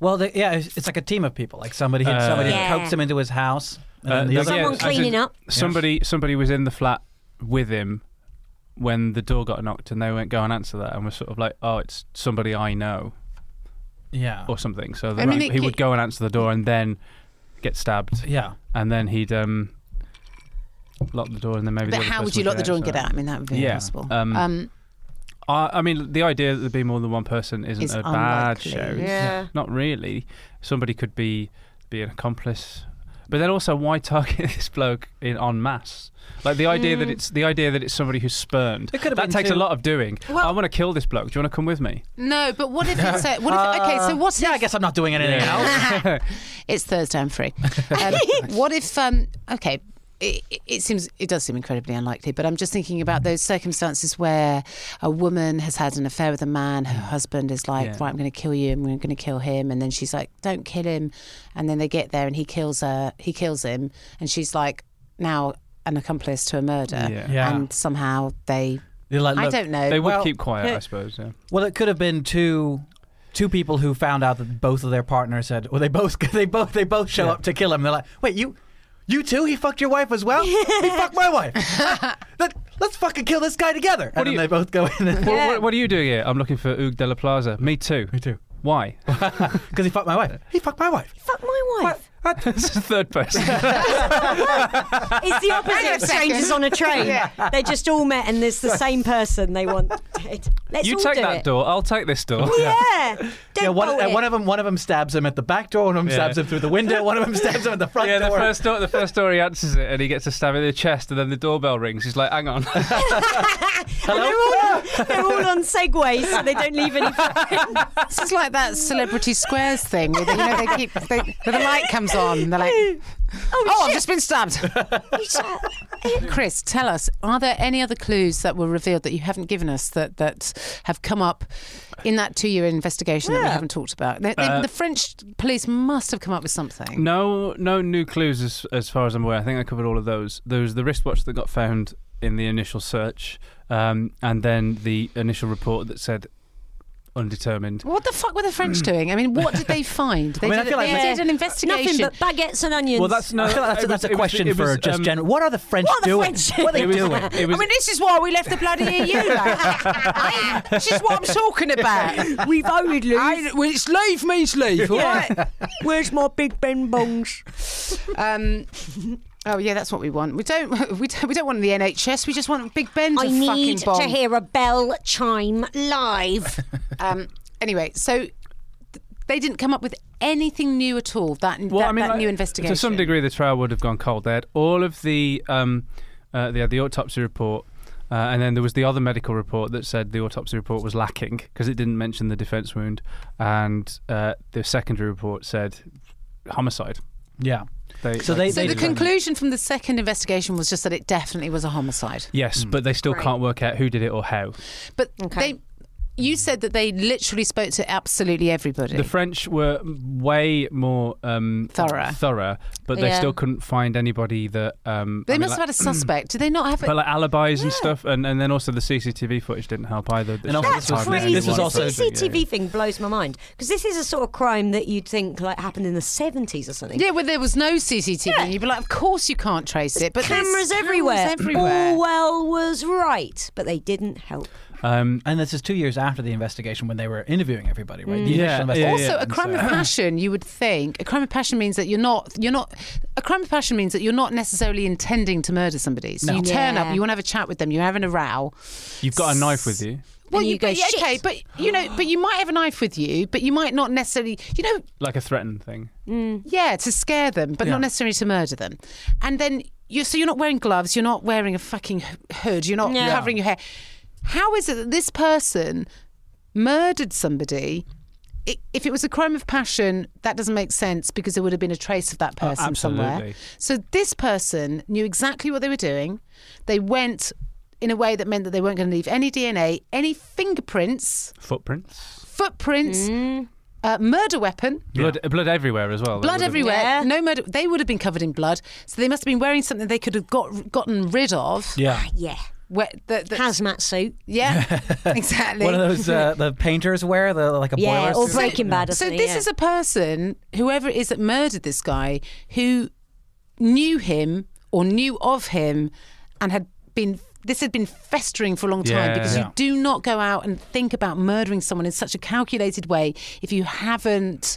S1: Well, the, yeah, it's, it's like a team of people. Like somebody hit somebody,
S3: Yeah.
S1: coaxed him into his house. And
S2: Uh,
S1: then the
S2: the-
S1: other
S2: yeah,
S3: Someone
S2: as
S3: cleaning
S2: in
S3: up.
S2: Somebody, somebody was in the flat with him when the door got knocked, and they went go and answer that, and was sort of like, oh, it's somebody I know.
S1: yeah,
S2: or something. So the
S4: I mean,
S2: rank-
S4: it
S2: he
S4: ca-
S2: would go and answer the door and then get stabbed,
S1: yeah.
S2: and then he'd um, lock the door and then maybe. the
S4: But
S2: other
S4: how would
S2: person
S4: you lock the
S2: get
S4: door and get
S2: so-
S4: out? I mean, that would be
S2: Yeah.
S4: impossible.
S2: Um,
S4: um,
S2: I, I mean, the idea that there'd be more than one person isn't
S4: Is
S2: a bad
S4: unlikely.
S2: show. It's
S3: Yeah.
S2: Not really. Somebody could be be an accomplice. But then also, why target [laughs] this bloke in en masse? Like the idea that it's the idea that it's somebody who's spurned.
S1: It could have
S2: that
S1: been
S2: takes a
S1: two-
S2: lot of doing.
S4: Well-
S2: I want to kill this bloke. Do you want to come with me?
S4: no, but what if it's a, what if, okay?
S2: [laughs]
S4: So what?
S1: Yeah,
S4: if,
S1: I guess I'm not doing anything
S2: Yeah.
S1: else.
S4: [laughs] It's Thursday. I'm free.
S2: [laughs]
S4: Um, what if? Um, okay, it, it- it seems it does seem incredibly unlikely, but I'm just thinking about
S2: Hmm.
S4: those circumstances where a woman has had an affair with a man. Her husband is like,
S2: Hmm. Yeah.
S4: "Right, I'm going to kill you. and we're going to kill him," and then she's like, "Don't kill him," and then they get there and he kills her. He kills him, and she's like, "Now." An accomplice to a murder,
S2: Yeah.
S1: Yeah.
S4: and somehow they.
S1: You're like,
S4: I
S1: look-
S4: don't know.
S2: They would
S1: Well,
S2: keep quiet,
S1: yeah.
S2: I suppose. Yeah.
S1: Well, it could have been two two people who found out that both of their partners had, or they both [laughs] they both they both show up to kill him. They're like, wait, you. You too? He fucked your wife as well? he fucked my wife. Let, us fucking kill this guy together. And then
S2: do
S1: [laughs]
S2: you-
S1: they both go in. And,
S2: What, what are you doing here? I'm looking for Oog de la Plaza. Me too. Me
S1: too.
S2: Why? [laughs]
S1: Because he fucked my wife. He fucked my wife.
S3: Fuck my
S4: [laughs]
S3: wife.
S2: this is third person.
S3: It's the opposite of strangers on a train. They just all met and there's the same person they want. Let's
S2: you
S3: all
S2: take
S3: do
S2: that
S3: it.
S2: door. I'll take this
S3: [laughs]
S2: door.
S3: Yeah. Don't
S1: Yeah, one,
S3: bolt
S1: uh,
S3: it.
S1: one of them, one of them stabs him at the back door. One of them
S2: Yeah.
S1: stabs him through the window. One of them stabs him at the front
S2: [laughs] Yeah, the
S1: door.
S2: first door, the first door, he answers it, and he gets a stab in the chest, and then the doorbell rings. He's like, "Hang on, [laughs]
S3: And They're all, they're all on segways, so they don't leave any.
S4: This is like that celebrity squares thing. Where they, you know, they keep they, where the light comes on. And they're like, oh, I've just been stabbed. Chris, tell us: Are there any other clues that were revealed that you haven't given us that that have come up in that two-year investigation that we haven't talked about? The, the- the French police must have come up with something.
S2: No, no new clues as as far as I'm aware. I think I covered all of those. There was the wristwatch that got found in the initial search, um, and then the initial report that said undetermined.
S4: What the fuck were the French doing? I mean, what did they find? They,
S1: I mean, I
S4: did,
S1: feel like
S4: they
S1: Yeah.
S4: did an investigation.
S3: Nothing but baguettes and onions.
S1: well, that's no. I feel like [laughs] that's,
S2: it
S1: that's
S2: was-
S1: a
S2: it was-
S1: question
S2: it was,
S1: for just
S2: um,
S1: general. What are the French
S3: What are the
S1: doing?
S3: French
S1: what are they
S2: It was-
S1: doing?
S2: it was-
S4: I mean, this is why we left the bloody EU. Like. [laughs] this is what I'm talking about.
S3: we voted, Lou.
S4: I, well, it's leave, means leave. all right?
S3: Where's my Big Ben bongs?
S4: Um, oh yeah, that's what we want. We don't. We don't. We don't want the NHS. We just want Big Ben to
S3: I need
S4: fucking bomb.
S3: to hear a bell chime live.
S4: Um, anyway, so th- they didn't come up with anything new at all. That, that, that
S2: like,
S4: new investigation.
S2: To some degree, the trial would have gone cold. They had all of the um, uh, they had the autopsy report, uh, and then there was the other medical report that said the autopsy report was lacking because it didn't mention the defence wound, and uh, the secondary report said homicide.
S1: Yeah.
S2: They,
S1: So they-
S4: So
S1: they
S4: the
S1: did that.
S4: conclusion from the second investigation was just that it definitely was a homicide.
S2: Yes,
S1: Hmm.
S2: but they still can't work out who did it or how.
S4: But
S3: Okay.
S4: they. You said that they literally spoke to absolutely everybody.
S2: The French were way more um,
S4: Thorough.
S2: thorough, but they
S3: Yeah.
S2: still couldn't find anybody that. Um, I
S4: they
S2: mean,
S4: must
S2: like-
S4: have had a suspect. Did they not have?
S2: But
S4: A,
S2: like alibis and stuff, and, and then also the CCTV footage didn't help either. that
S1: And also
S2: showed
S3: That's
S1: this was-
S2: hardly
S3: crazy.
S1: this was
S2: anyone.
S1: also-
S3: the CCTV thing blows my mind because this is a sort of crime that you'd think like happened in the seventies or something.
S4: yeah, well, there was no CCTV. You'd be like, of course you can't trace it. But there's
S3: Cameras
S4: cameras
S3: everywhere.
S4: everywhere.
S3: Orwell was right, but they didn't help.
S2: Um,
S1: And this is two years after the investigation when they were interviewing everybody, right? The initial
S2: Yeah,
S1: investigation.
S2: yeah,
S4: Also,
S2: yeah.
S4: a
S2: And
S4: crime
S2: so-
S4: of passion, you would think, a crime of passion means that you're not, you're not, a crime of passion means that you're not necessarily intending to murder somebody. So you turn
S3: Yeah.
S4: up, you want to have a chat with them, you're having a row.
S2: you've got a knife with you,
S4: Well,
S3: you go,
S4: but- yeah, okay,
S3: "Shit."
S4: but you know, but you might have a knife with you, but you might not necessarily, you know,
S2: like a threatened thing.
S4: yeah, to scare them, but
S1: Yeah.
S4: not necessarily to murder them. And then you, so you're not wearing gloves, you're not wearing a fucking h- hood, you're not
S3: Yeah.
S4: covering your hair. How is it that this person murdered somebody? I- If it was a crime of passion, that doesn't make sense because there would have been a trace of that person somewhere.
S2: absolutely.
S4: So this person knew exactly what they were doing. They went in a way that meant that they weren't going to leave any DNA, any fingerprints,
S2: Footprints,
S4: footprints, uh, murder weapon.
S2: blood, blood everywhere as well.
S4: Blood everywhere.
S3: Yeah.
S4: No murder. They would have been covered in blood, so they must have been wearing something they could have got gotten rid of.
S1: Yeah. [laughs]
S3: Yeah,
S4: Where, the, the-
S3: hazmat suit.
S4: [laughs] yeah, exactly.
S1: One of those uh, the painters wear the like a
S3: Yeah,
S1: boiler
S3: or
S1: suit.
S3: Breaking Bad.
S4: so
S3: isn't it?
S4: this
S3: Yeah.
S4: is a person, whoever it is that murdered this guy, who knew him or knew of him, and had been. This had been festering for a long time
S2: Yeah.
S4: because
S2: Yeah.
S4: you do not go out and think about murdering someone in such a calculated way if you haven't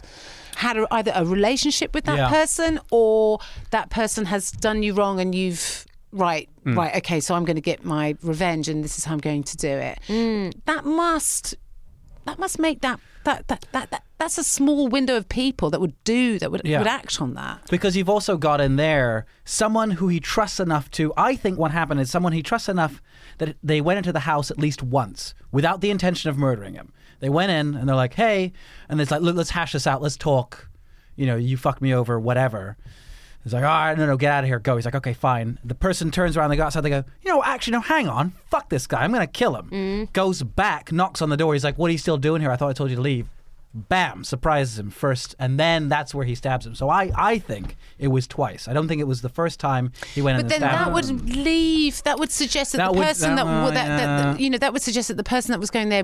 S4: had a, either a relationship with that
S1: Yeah.
S4: person or that person has done you wrong and you've right right okay so I'm going to get my revenge and this is how I'm going to do it.
S3: Mm.
S4: That must that must make that that, that that that that's a small window of people that would do that would,
S1: Yeah.
S4: would act on that.
S1: Because you've also got in there someone who he trusts enough to. I think what happened is someone he trusts enough that they went into the house at least once without the intention of murdering him. They went in and they're like, hey, and it's like, look, let's hash this out. Let's talk. You know, you fucked me over, whatever. He's like, all right, no, no, get out of here, go. He's like, okay, fine. The person turns around, they go outside, they go, you know, actually, no, hang on, fuck this guy, I'm gonna kill him.
S4: Mm.
S1: Goes back, knocks on the door. He's like, what are you still doing here? I thought I told you to leave. Bam, surprises him first, and then that's where he stabs him. So I, I think it was twice. I don't think it was the first time he went in
S4: But
S1: and
S4: then
S1: stabbed
S4: that
S1: him.
S4: would leave. That would suggest that,
S1: That
S4: the
S1: would- uh.
S4: person
S1: that-
S4: that, wa-
S1: well,
S4: that, that,
S1: yeah.
S4: you know that would suggest that the person that was going there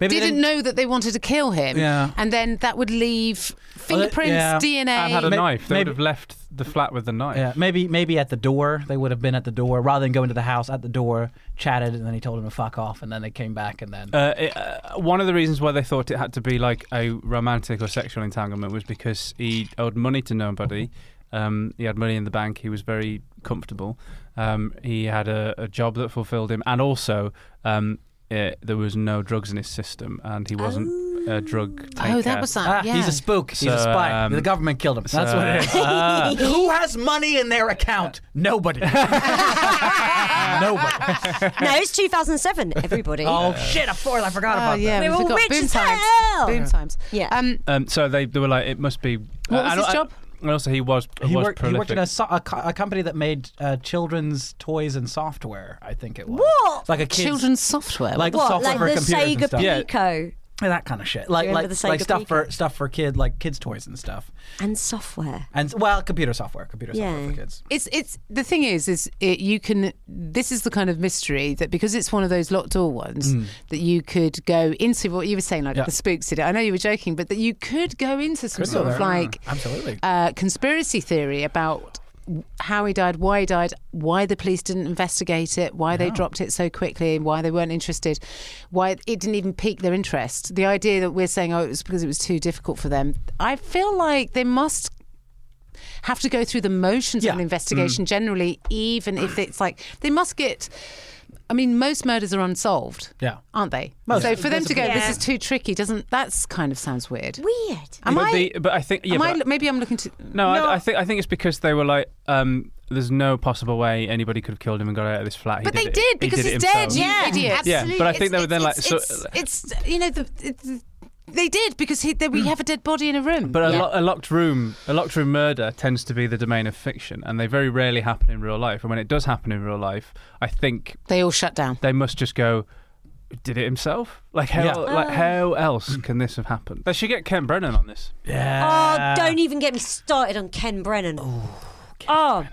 S1: Maybe they
S4: didn't know that they wanted to kill him.
S1: Yeah.
S4: And then that would leave fingerprints,
S1: yeah.
S4: DNA.
S2: and had a
S1: May-
S2: knife. They
S1: maybe-
S2: would have left the flat with the knife.
S1: Yeah, maybe maybe at the door they would have been at the door rather than going to the house. At the door, chatted, and then he told him to fuck off, and then they came back, and then
S2: Uh, it, uh, one of the reasons why they thought it had to be like a romantic or sexual entanglement was because he owed money to nobody. Um, he had money in the bank. He was very comfortable. Um, he had a, a job that fulfilled him, and also um, eh, there was no drugs in his system, and he wasn't a drug.
S4: oh, that
S2: taker.
S4: was that.
S1: ah,
S4: yeah.
S1: he's a spook. He's
S2: So,
S1: a spy.
S2: um,
S1: the government killed him. That's
S2: so-
S1: what it is. Ah. who has money in their account? Nobody. [laughs] Nobody.
S3: no, it's 2007.
S1: [laughs]
S3: Everybody.
S1: Oh shit! I forgot. I forgot
S4: Oh
S1: about
S4: yeah,
S3: We
S4: we
S3: were
S4: forgot
S3: rich
S4: boom
S3: as
S4: times.
S3: hell.
S4: Boom times.
S3: Yeah.
S4: Um,
S2: Um, so they, they were like, it must be. uh,
S4: What was
S2: and-
S4: his job?
S2: And also, he was
S1: that. He
S2: was
S1: worked, he
S2: prolific.
S1: worked at a, so- a, co- a company that made uh, children's toys and software. I think it was.
S3: What?
S1: It's like a kid's,
S4: children's software.
S1: like
S3: what?
S1: software
S3: Like
S1: for
S3: the
S1: computers and
S3: Sega
S1: stuff.
S2: Yeah.
S3: Pico
S1: Yeah, that kind of shit. Like like,
S3: remember the Sega
S1: like stuff for
S3: Pico?
S1: stuff for kid like kids toys and stuff.
S3: and software.
S1: And well, computer software, computer software
S3: Yeah.
S1: for kids.
S4: it's it's the thing is is it, you can this is the kind of mystery that because it's one of those locked door ones that you could go into what you were saying like
S1: Mm. Yeah.
S4: the spooks did it. I know you were joking, but that you could go into some
S1: Could
S4: sort
S1: go
S4: of
S1: there, yeah.
S4: like
S1: Absolutely.
S4: uh, conspiracy theory about how he died, why he died, why the police didn't investigate it, why they dropped it so quickly, why they weren't interested, why it didn't even pique their interest. The idea that we're saying, oh, it was because it was too difficult for them. I feel like they must have to go through the motions of
S1: Yeah.
S4: an investigation generally, even if it's like they must get. I mean, most murders are unsolved.
S1: Yeah.
S4: Aren't they?
S1: Most.
S4: So for them
S1: That's
S4: to
S1: a
S4: go,
S1: big-
S4: this is too tricky, doesn't that's kind of sounds weird.
S3: Weird.
S4: Am
S2: but,
S4: I?
S2: the- but I think. Yeah,
S4: am
S2: but
S4: I, maybe I'm looking to.
S2: No, I, I think I think it's because they were like, um, there's no possible way anybody could have killed him and got out of this flat. He
S4: But they
S2: did, it.
S4: did
S2: He
S4: because
S2: did it
S4: he's dead.
S2: himself.
S4: You
S3: Yeah,
S4: idiot.
S2: Yeah, but I think they were then like,
S4: It's,
S2: so-
S4: it's, it's, you know the. It's, they did because he, they, we have a dead body in a room.
S2: Mm. But a, lo- a locked room, a locked room murder tends to be the domain of fiction, and they very rarely happen in real life. And when it does happen in real life, I think
S4: they all shut down.
S2: they must just go, "Did it himself? Like how?
S1: Yeah.
S2: Like how else can this have happened?" They should get Ken Brennan on this.
S1: Yeah.
S3: oh, don't even get me started on Ken Brennan. oh,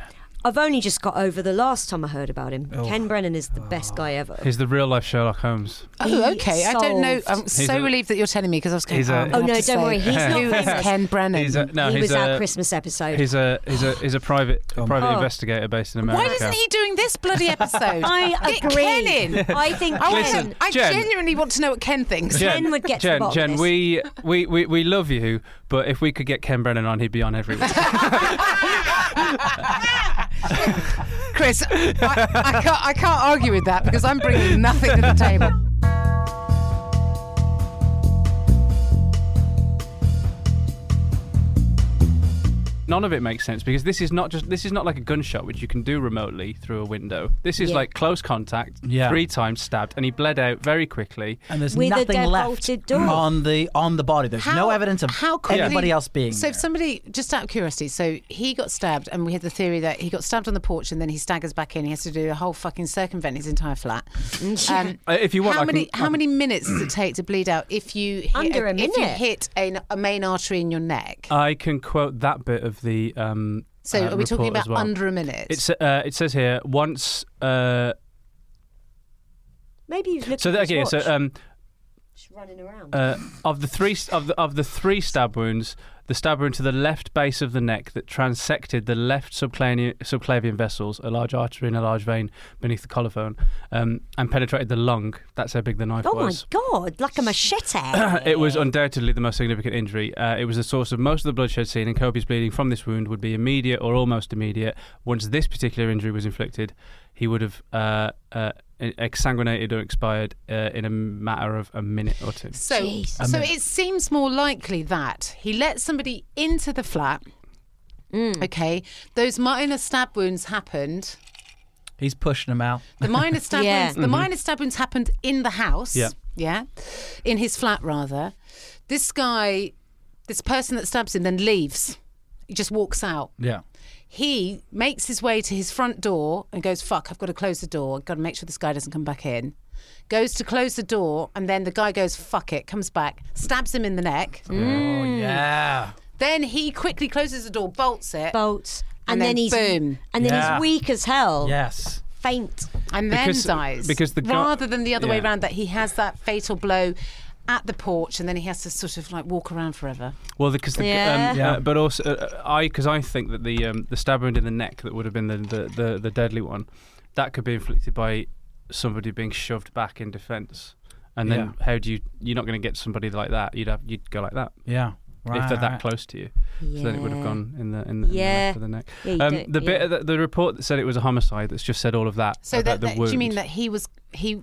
S3: I've only just got over the last time I heard about him.
S1: Oh.
S3: Ken Brennan is the best guy ever.
S2: He's the real life Sherlock Holmes.
S4: Oh, okay. I don't know. I'm so
S2: a-
S4: relieved that you're telling me because I was going.
S2: He's a-
S4: oh, I'm gonna
S3: Oh
S4: have
S3: no!
S4: to
S3: Don't
S4: say,
S2: [laughs]
S3: worry, he's
S4: [laughs]
S3: not
S4: Who is
S3: famous.
S4: Ken Brennan?
S2: He's a no.
S3: he
S2: he's
S3: was
S2: a,
S3: our Christmas episode.
S2: He's a he's a he's a private a private
S3: Oh.
S2: investigator based in America.
S4: Why isn't he doing this
S2: [laughs]
S4: bloody episode?
S3: I
S4: Get
S3: agree.
S4: Ken in.
S3: [laughs] I think
S4: I, want
S3: Ken.
S2: Listen,
S4: him- I
S2: Jen.
S4: genuinely want to know what Ken thinks.
S3: Jen would get to the
S2: Jen,
S3: bottom of
S2: Jen,
S3: this.
S2: we, we, we, we love you, but if we could get Ken Brennan on, he'd be on every week.
S3: [laughs]
S4: Chris, I, I, can't, I can't argue with that because I'm bringing nothing to the table.
S2: None of it makes sense because this is not just this is not like a gunshot which you can do remotely through a window. This is
S3: Yeah.
S2: like close contact,
S1: Yeah.
S2: three times stabbed, and he bled out very quickly.
S1: and there's
S3: With a
S1: nothing
S3: dead
S1: left
S3: bolted door.
S1: on the on the body. There's no evidence of
S4: how quickly-
S1: anybody else being.
S4: So
S1: there.
S4: if somebody, just out of curiosity, so he got stabbed, and we had the theory that he got stabbed on the porch, and then he staggers back in. He has to do a whole fucking circumvent his entire flat.
S3: Mm-hmm.
S4: Um,
S2: [laughs] Uh, if you want,
S4: how
S2: I can-
S4: many
S2: I
S4: how
S2: can-
S4: many minutes does
S2: [clears throat]
S4: it take to bleed out if you hit,
S3: Under a
S4: if you
S3: minute.
S4: hit a, a main artery in your neck?
S2: I can quote that bit of the. Um,
S4: so
S2: uh,
S4: are we talking
S2: report as
S4: about
S2: well.
S4: under a minute?
S2: It's uh, it says here once. Uh,
S3: Maybe you've looked
S2: so
S3: at
S2: that,
S3: his
S2: okay, so
S3: watch.
S2: um,
S3: Just running around.
S2: Uh, of the three of the, of the three stab wounds, the stab wound to the left base of the neck that transected the left subclavian, subclavian vessels, a large artery and a large vein beneath the collarfone, um, and penetrated the lung. That's how big the knife
S3: oh
S2: was.
S3: my god! Like
S2: [clears throat]
S3: a machete.
S2: It was undoubtedly the most significant injury. Uh, it was the source of most of the bloodshed seen, and copious bleeding from this wound would be immediate or almost immediate. Once this particular injury was inflicted, he would have uh, uh, exsanguinated or expired uh, in a matter of a minute or two.
S4: So, so it seems more likely that he let somebody into the flat.
S3: Mm.
S4: Okay, those minor stab wounds happened.
S1: he's pushing him out.
S4: The minor stab
S3: Yeah.
S4: wounds. The minor stab wounds happened in the house.
S2: Yeah.
S4: Yeah. In his flat, rather. This guy, this person that stabs him, then leaves. He just walks out.
S1: Yeah.
S4: He makes his way to his front door and goes, "Fuck! I've got to close the door. I've got to make sure this guy doesn't come back in." Goes to close the door, and then the guy goes, "Fuck it!" Comes back, stabs him in the neck.
S3: Mm.
S1: Oh
S3: Hmm.
S1: yeah.
S4: Then he quickly closes the door, bolts it,
S3: Bolts. And,
S4: And
S3: then,
S4: then
S3: he's
S4: boom.
S3: And then
S1: Yeah.
S3: he's weak as hell.
S1: Yes.
S3: Faint.
S4: and then
S2: Because- uh,
S4: dies.
S2: because the gu-
S4: rather than the other way
S2: yeah.
S4: around, that he has that fatal blow at the porch, and then he has to sort of like walk around forever.
S2: Well, because the,
S3: Yeah.
S2: Um,
S1: Yeah.
S2: uh, but also uh, I because I think that the um, the stab wound in the neck that would have been the, the, the, the deadly one, that could be inflicted by somebody being shoved back in defence, and then how do you you're not going to get somebody like that? You'd have you'd go like that
S1: Yeah. Right.
S2: if they're
S1: right.
S2: that close to you. So then it would have
S3: Yeah.
S2: gone in the in the, in the
S3: Yeah.
S2: neck of the neck.
S3: Yeah, you
S2: Um,
S3: don't-
S2: the
S3: yeah.
S2: bit the, the report that said it was a homicide that's just said all of that.
S4: So
S2: about
S4: that, that
S2: the wound.
S4: do you mean that he was he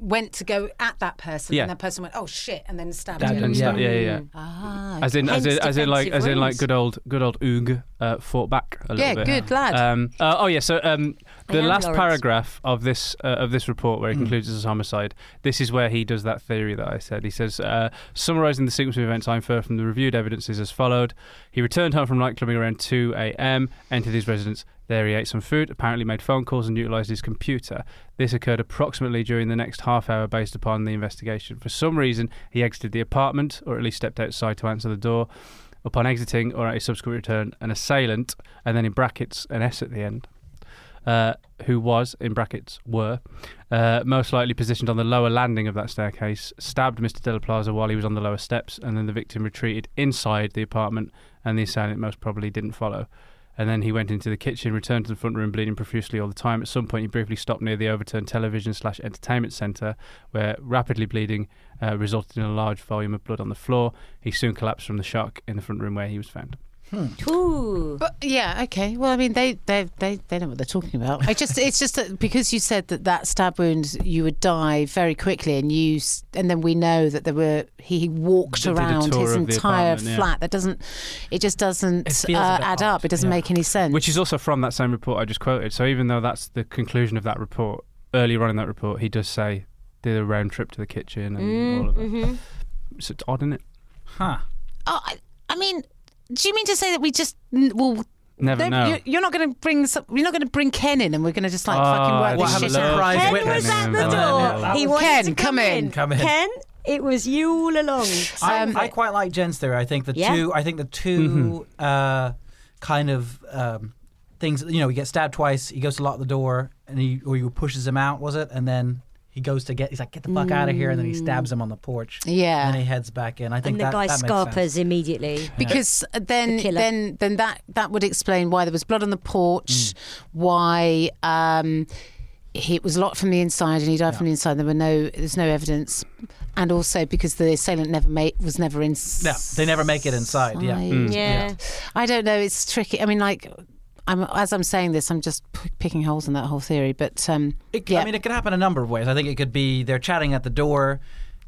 S4: went to go at that person,
S2: Yeah.
S4: and that person went, "Oh shit," and then stabbed
S1: That-
S4: him.
S2: And
S1: Yeah.
S2: stuff, yeah, yeah, yeah.
S4: Ah,
S2: As in, as
S3: Hence
S2: in, as in, like,
S3: defensive
S2: as in, like,
S3: wounds.
S2: good old, good old Oog uh, fought back a little
S4: Yeah,
S2: bit.
S4: good lad.
S2: Um, uh, oh yeah. So um,
S3: I
S2: the
S3: am
S2: last
S3: Lawrence.
S2: paragraph of this uh, of this report, where he concludes as a homicide, this is where he does that theory that I said. He says, uh, summarizing the sequence of events, I infer from the reviewed evidence is as followed: He returned home from nightclubbing around 2 a.m. Entered his residence. There he ate some food, apparently made phone calls and utilized his computer. This occurred approximately during the next half hour based upon the investigation. For some reason, he exited the apartment, or at least stepped outside to answer the door. Upon exiting or at his subsequent return, an assailant, and then in brackets, an S at the end, uh, who was, in brackets, were, uh, most likely positioned on the lower landing of that staircase, stabbed Mr. Della Plaza while he was on the lower steps, and then the victim retreated inside the apartment, and the assailant most probably didn't follow. And then he went into the kitchen, returned to the front room, bleeding profusely all the time. At some point, he briefly stopped near the overturned television slash entertainment centre, where rapidly bleeding uh, resulted in a large volume of blood on the floor. He soon collapsed from the shock in the front room where he was found.
S3: Ooh.
S4: But yeah, okay. Well, I mean, they they they, they know what they're talking about. I just it's just that because you said that that stab wound you would die very quickly, and you s- and then we know that there were he walked
S2: They did a
S4: around
S2: tour
S4: his
S2: of the
S4: entire
S2: apartment, yeah.
S4: flat. That doesn't it just doesn't
S1: It feels a
S4: uh,
S1: bit
S4: add
S1: odd,
S4: up. It doesn't
S1: yeah.
S4: make any sense.
S2: Which is also from that same report I just quoted. So even though that's the conclusion of that report, earlier on in that report, he does say did a round trip to the kitchen and
S4: Mm,
S2: all of that.
S4: mm-hmm.
S2: So it's odd, isn't it?
S1: Huh.
S4: oh, I, I mean, do you mean to say that we just n- will?
S2: Never
S4: don't-
S2: know.
S4: You're, you're not going to bring some, you're not going to bring Ken in, and we're going to just like
S2: Oh,
S4: fucking
S2: I
S4: work
S1: We'll
S4: this
S1: have a
S4: shit
S1: surprise Surprised
S4: out.
S3: Ken
S1: witness.
S3: was at the
S1: And then-
S3: door.
S1: That
S3: He
S4: was-
S3: wanted
S4: Ken,
S3: to come,
S4: come in.
S1: Come in.
S3: Ken, it was you all along.
S1: I,
S3: Save
S1: I
S3: it.
S1: quite like Jen's theory. I think the
S3: Yeah.
S1: two. I think the 2
S2: Mm-hmm.
S1: uh, kind of um, things. You know, he gets stabbed twice. He goes to lock the door, and he or he pushes him out. Was it? And then he goes to get. He's like, "Get the fuck out of here!" And then he stabs him on the porch.
S4: Yeah.
S1: And then he heads back in. I think
S3: Mm. and the
S1: that,
S3: guy
S1: that makes sense.
S3: scarpers immediately.
S4: [laughs] because then
S3: The killer.
S4: then then that that would explain why there was blood on the porch
S1: Mm.
S4: why um he, it was locked from the inside and he died from the inside there were no there's no evidence and also because the assailant never made was never in
S1: No, they never make it inside. Yeah.
S3: Yeah.
S4: i don't know it's tricky i mean like I'm, as I'm saying this, I'm just p- picking holes in that whole theory. But um,
S1: It,
S4: yeah,
S1: I mean, it could happen a number of ways. I think it could be they're chatting at the door.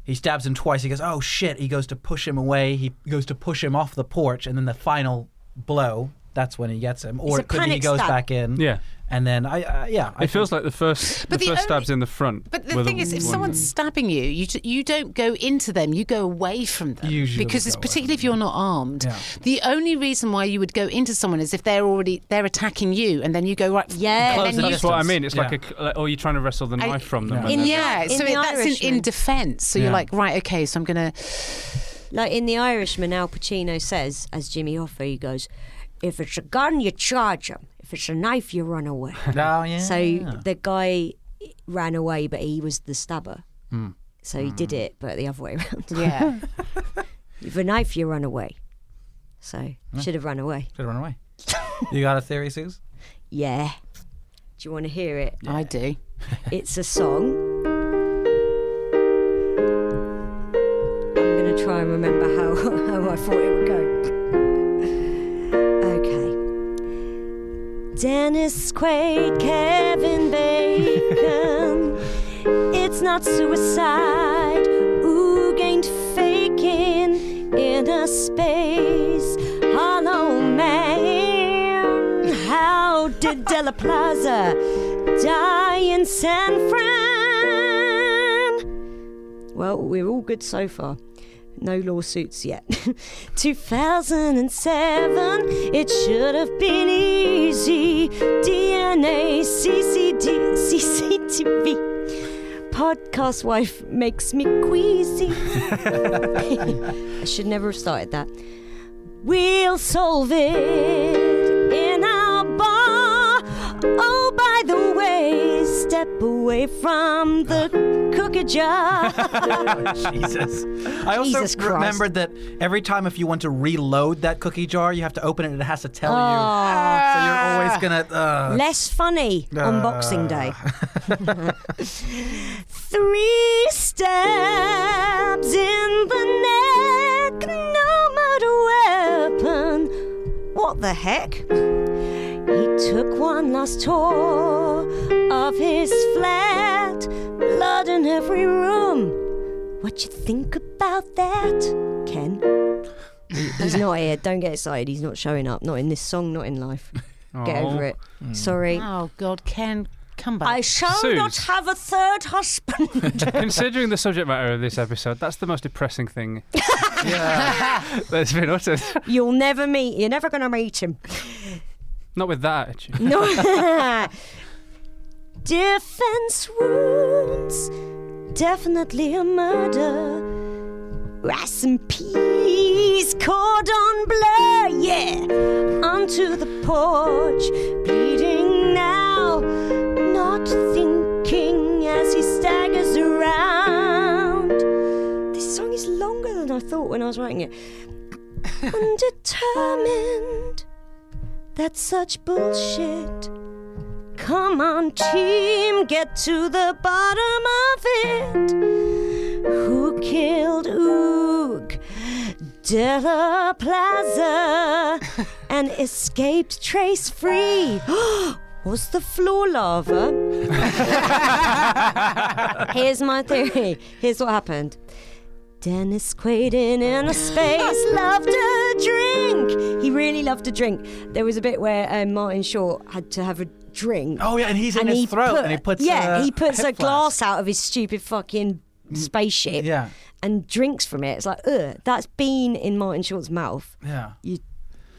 S1: He stabs him twice. He goes, "Oh shit!" He goes to push him away. He goes to push him off the porch, and then the final blow. That's when he gets him. Or
S3: a
S1: it could be he
S3: panic
S1: goes
S3: stab.
S1: back in.
S2: Yeah.
S1: And then I, uh, yeah, I
S2: It feels like the first,
S4: But
S2: the,
S4: the
S2: first
S4: only-
S2: stabs in the front.
S4: But the
S2: were
S4: thing is, if
S2: ones
S4: someone's stabbing you, you ju- you don't go into them. You go away from them.
S1: Usually
S4: because
S1: go
S4: it's
S1: away
S4: particularly if you're not armed.
S1: Yeah.
S4: The only reason why you would go into someone is if they're already they're attacking you, and then you go right.
S3: Yeah.
S4: and
S3: Close
S4: then
S2: So
S4: you-
S2: that's what I mean. It's
S1: Yeah.
S2: like a, like, or you're trying to wrestle the
S4: I-
S2: knife from them.
S1: Yeah.
S2: and [laughs]
S4: In
S2: then-
S4: yeah,
S3: In
S4: so
S3: the
S4: that's in, in
S3: Irishman.
S4: defence. So
S1: Yeah.
S4: you're like, right, okay, so I'm gonna.
S3: Like in The Irishman, Al Pacino says, as Jimmy Hoffa, he goes, if it's a gun, you charge him. If it's a knife, you run away.
S1: [laughs] Oh yeah.
S3: So the guy ran away, but he was the stabber. So he did it, but the other way [laughs] around.
S4: Yeah,
S3: With a knife, you run away. So should have run away.
S1: should run
S3: [laughs]
S1: away. you got a theory, Suze?
S3: Yeah. Do you want to hear it?
S4: [laughs] I do.
S3: It's a song. I'm going to try and remember how, [laughs] how I thought it would go. Okay. Dennis Quaid, Kevin Bacon. it's not suicide. Ooh, gained faking in a space. Hollow man. How did Della Plaza die in San Fran? Well, we're all good so far. No lawsuits yet. [laughs] 2007, it should have been easy. DNA, [laughs] CCD, CCTV. Podcast wife makes me queasy. I should never have started that. We'll solve it in our bar. Oh, by the way, step away from the cook Blockager.
S1: Jesus. I also
S3: Jesus Christ.
S1: remembered that every time if you want to reload that cookie jar, you have to open it and it has to tell
S3: Ah.
S1: you. So you're always going to. Uh,
S3: Less funny on Boxing Day. [laughs] Three stabs in the neck, no matter weapon. What the heck? He took one last tour of his flat, blood in every room. What you think about that, Ken? He- He's not here. Don't get excited. He's not showing up. Not in this song. Not in life. Get
S2: Aw.
S3: over it. Sorry.
S4: Oh God, Ken, come back.
S3: I shall
S2: Suze.
S3: not have a
S2: [laughs]
S3: third husband.
S2: Considering the subject matter of this episode, that's the most depressing
S4: [laughs]
S2: thing [laughs] that's been uttered.
S3: You'll never meet. You're never going to meet him.
S2: Not with that attitude.
S3: No. [laughs] Defense wounds. Definitely a murder. Rest in peace, cordon bleu, yeah. Onto the porch, bleeding now. Not thinking as he staggers around. This song is longer than I thought when I was writing it. Undetermined. That's such bullshit. Come on, team, get to the bottom of it. Who killed Oog? De La Plaza and escaped trace free. [gasps] Was the floor lava? Here's my theory. Here's what happened. Dennis Quaid in a space loved a drink. He really loved a drink. There was a bit where um, Martin Short had to have a drink.
S1: oh, yeah, and he's in
S3: and
S1: his
S3: he
S1: throat
S3: put,
S1: and he puts
S3: yeah,
S1: a
S3: he puts
S1: hip Mm,
S3: a glass out of his stupid fucking spaceship
S1: Yeah,
S3: and drinks from it. It's like, ugh, that's been in Martin Short's mouth.
S1: yeah.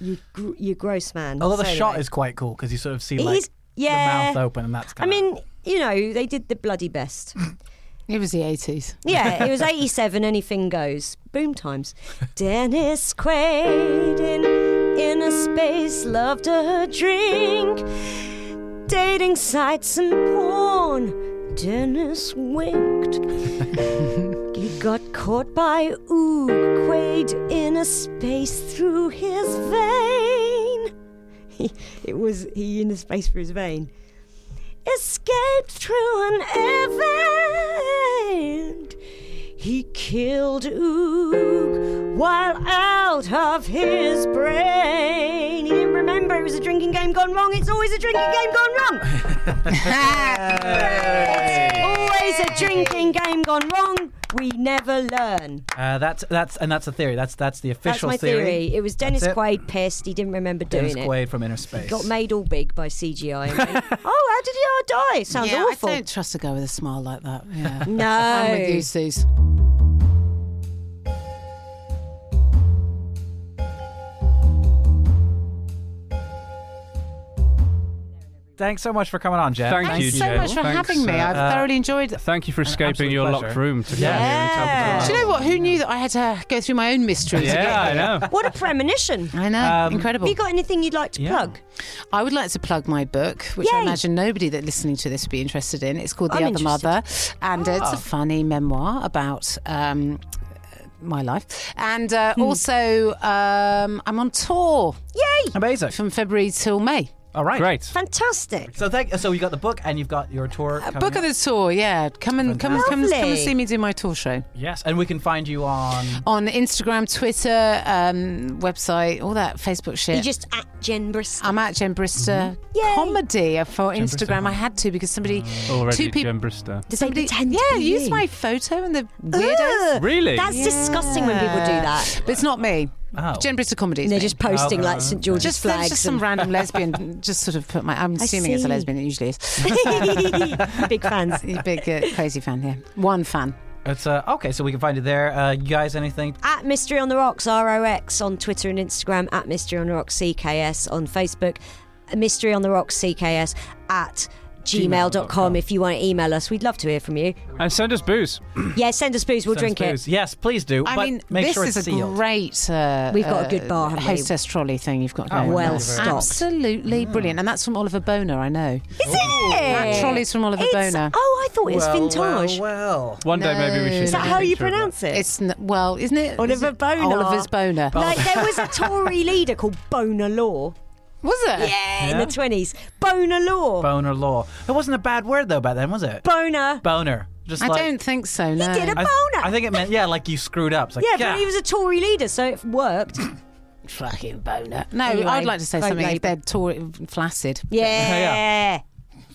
S3: You, gr- you gross man.
S1: Although the
S3: So
S1: shot
S3: anyway.
S1: is quite cool because you sort of see
S3: It
S1: like
S3: is- yeah.
S1: the mouth open and that's
S3: I
S1: kind of.
S3: mean, you know, they did the bloody best.
S4: it was the eighties.
S3: Yeah, it was 87, anything goes. Boom times. Dennis Quaid in inner space loved a drink. Dating sites and porn. Dennis winked. he got caught by Oog Quaid in a space through his vein. [laughs] it was he in a space through his vein escaped through an event. He killed Oog while out of his brain. He didn't remember it was a drinking game gone wrong. It's always a drinking game gone wrong.
S1: [laughs]
S3: always a drinking game gone wrong. We never learn.
S1: uh, that's that's and that's a theory. That's that's the
S3: That's
S1: official
S3: my theory. It was Dennis
S1: That's it.
S3: Quaid pissed. He didn't remember
S1: Dennis
S3: doing
S1: Quaid from Inner Space.
S3: it. Got made all big by CGI. And went, oh, how did he all die? Sounds
S4: yeah,
S3: awful.
S4: I don't trust a guy with a smile like that. [laughs] Yeah.
S3: No.
S4: I'm with you, Suze.
S1: Thanks so much for coming on, Jeff.
S2: Thank
S4: Thanks
S2: you,
S4: so
S2: Jill.
S4: much for
S2: Thanks,
S4: having me.
S2: uh,
S4: I've thoroughly enjoyed it.
S2: Thank you for escaping
S1: absolute
S2: your
S1: pleasure.
S2: locked room to come
S1: Yeah.
S2: here and talk to
S4: Do you
S2: us.
S4: know what? Who knew that I had to go through my own mysteries?
S2: Yeah, I know.
S3: What a premonition.
S4: I know.
S1: Um,
S4: Incredible.
S3: Have you got anything you'd like to
S1: Yeah.
S3: plug?
S4: I would like to plug my book, which
S3: Yay.
S4: I imagine nobody that listening to this would be interested in. It's called The
S3: I'm
S4: Other
S3: interested.
S4: Mother, and it's a funny memoir about. Um, my life, and uh, also um, I'm on tour
S3: Yay!
S1: Amazing.
S4: from February till May.
S1: All right.
S2: Great.
S3: Fantastic.
S1: So thank. So you got the book and you've got your tour.
S4: Uh,
S1: coming
S4: book of
S1: up.
S4: the tour, yeah. Come and come, come, come and
S3: Lovely.
S4: see me do my tour show
S1: Yes, and we can find you on.
S4: on Instagram, Twitter, um, website, all that Facebook shit.
S3: You just at Jen Bristol.
S4: I'm at Jen Brister
S3: Mm-hmm. Yay.
S4: comedy for
S2: Brister
S4: Instagram. I had to because somebody,
S3: Oh,
S2: Already
S4: two people,
S2: Jen Brister.
S3: Did
S4: somebody,
S3: they pretend to
S4: yeah,
S3: be
S4: use
S3: you?
S4: my photo and the weirdos.
S3: Ugh,
S2: Really?
S3: That's disgusting when people do that.
S4: But it's not me.
S1: Oh.
S4: Jen Brister comedy. is
S3: And they're
S4: me.
S3: just posting like St George's
S4: Just, there's
S3: flags.
S4: just some
S3: and- [laughs]
S4: random lesbian, just sort of put my. I'm
S3: I
S4: assuming it's a
S3: see.
S4: lesbian. It usually is. [laughs]
S3: [laughs] Big fans. [laughs]
S4: You're a big uh, crazy fan here. One fan.
S1: It's uh, okay, so we can find you there. Uh, you guys, anything?
S3: At Mystery on the Rocks, R O X, on Twitter and Instagram. At Mystery on the Rocks, CKS, on Facebook. Mystery on the Rocks, CKS, at gmail.com if you want to email us. We'd love to hear from you.
S2: And send us booze.
S3: Yeah, send us booze. We'll drink
S1: Send us
S3: it.
S1: booze. Yes, please do.
S4: I
S1: but
S4: mean,
S1: make
S4: this
S1: sure it's
S4: is a
S1: sealed.
S4: great. Uh,
S3: We've got a
S4: uh,
S3: good bar, haven't we? Oh,
S4: hostess trolley thing. You've got going.
S3: well
S4: on.
S3: stocked. Mm.
S4: Absolutely brilliant, and that's from Oliver Boner. I know.
S3: Is it?
S4: That trolley's from Oliver
S3: It's-
S4: Boner.
S3: Oh, I thought thought it was vintage.
S1: Well,
S2: One day maybe we
S4: No.
S2: should.
S4: Is
S3: Is that
S2: take a
S3: how you
S2: picture of
S3: pronounce it?
S4: It's n- well, isn't it?
S3: Oliver
S4: is it
S3: Bonar.
S4: Oliver's boner.
S3: Like there was a Tory leader called Boner Law.
S4: Was it?
S3: Yeah, in
S1: Yeah.
S3: the twenties, Boner Law.
S1: boner law. It wasn't a bad word though back then, was it?
S3: boner.
S1: boner. Just
S4: I
S1: like,
S4: don't think so. No.
S3: did a
S1: I,
S3: boner.
S1: I think it meant yeah, like you screwed up. It's like,
S3: yeah, but he was a Tory leader, so
S1: [laughs]
S3: it worked.
S4: fucking boner. No,
S3: Anyway,
S4: I'd like to say
S3: vote
S4: something.
S3: Labour.
S4: They're tor- flaccid.
S3: Yeah.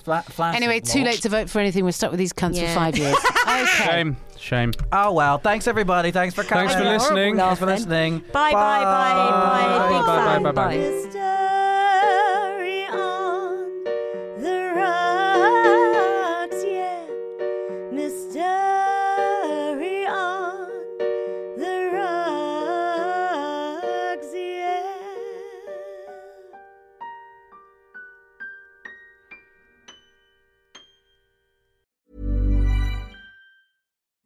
S1: Fla- flaccid
S4: Anyway, too
S1: law.
S4: late to vote for anything. We're stuck with these cunts
S3: Yeah.
S4: for
S3: [laughs]
S4: five years.
S2: it.
S4: okay.
S2: Shame, shame.
S1: Oh well, thanks everybody. Thanks for coming.
S2: Thanks for
S3: Horrible
S2: listening.
S1: Thanks for
S3: laughing.
S1: listening.
S3: Bye, bye, bye, bye. Big
S2: Bye,
S3: fan.
S2: bye, bye, bye.
S3: Mystery on the rocks, yeah. Mystery on the rocks, yeah.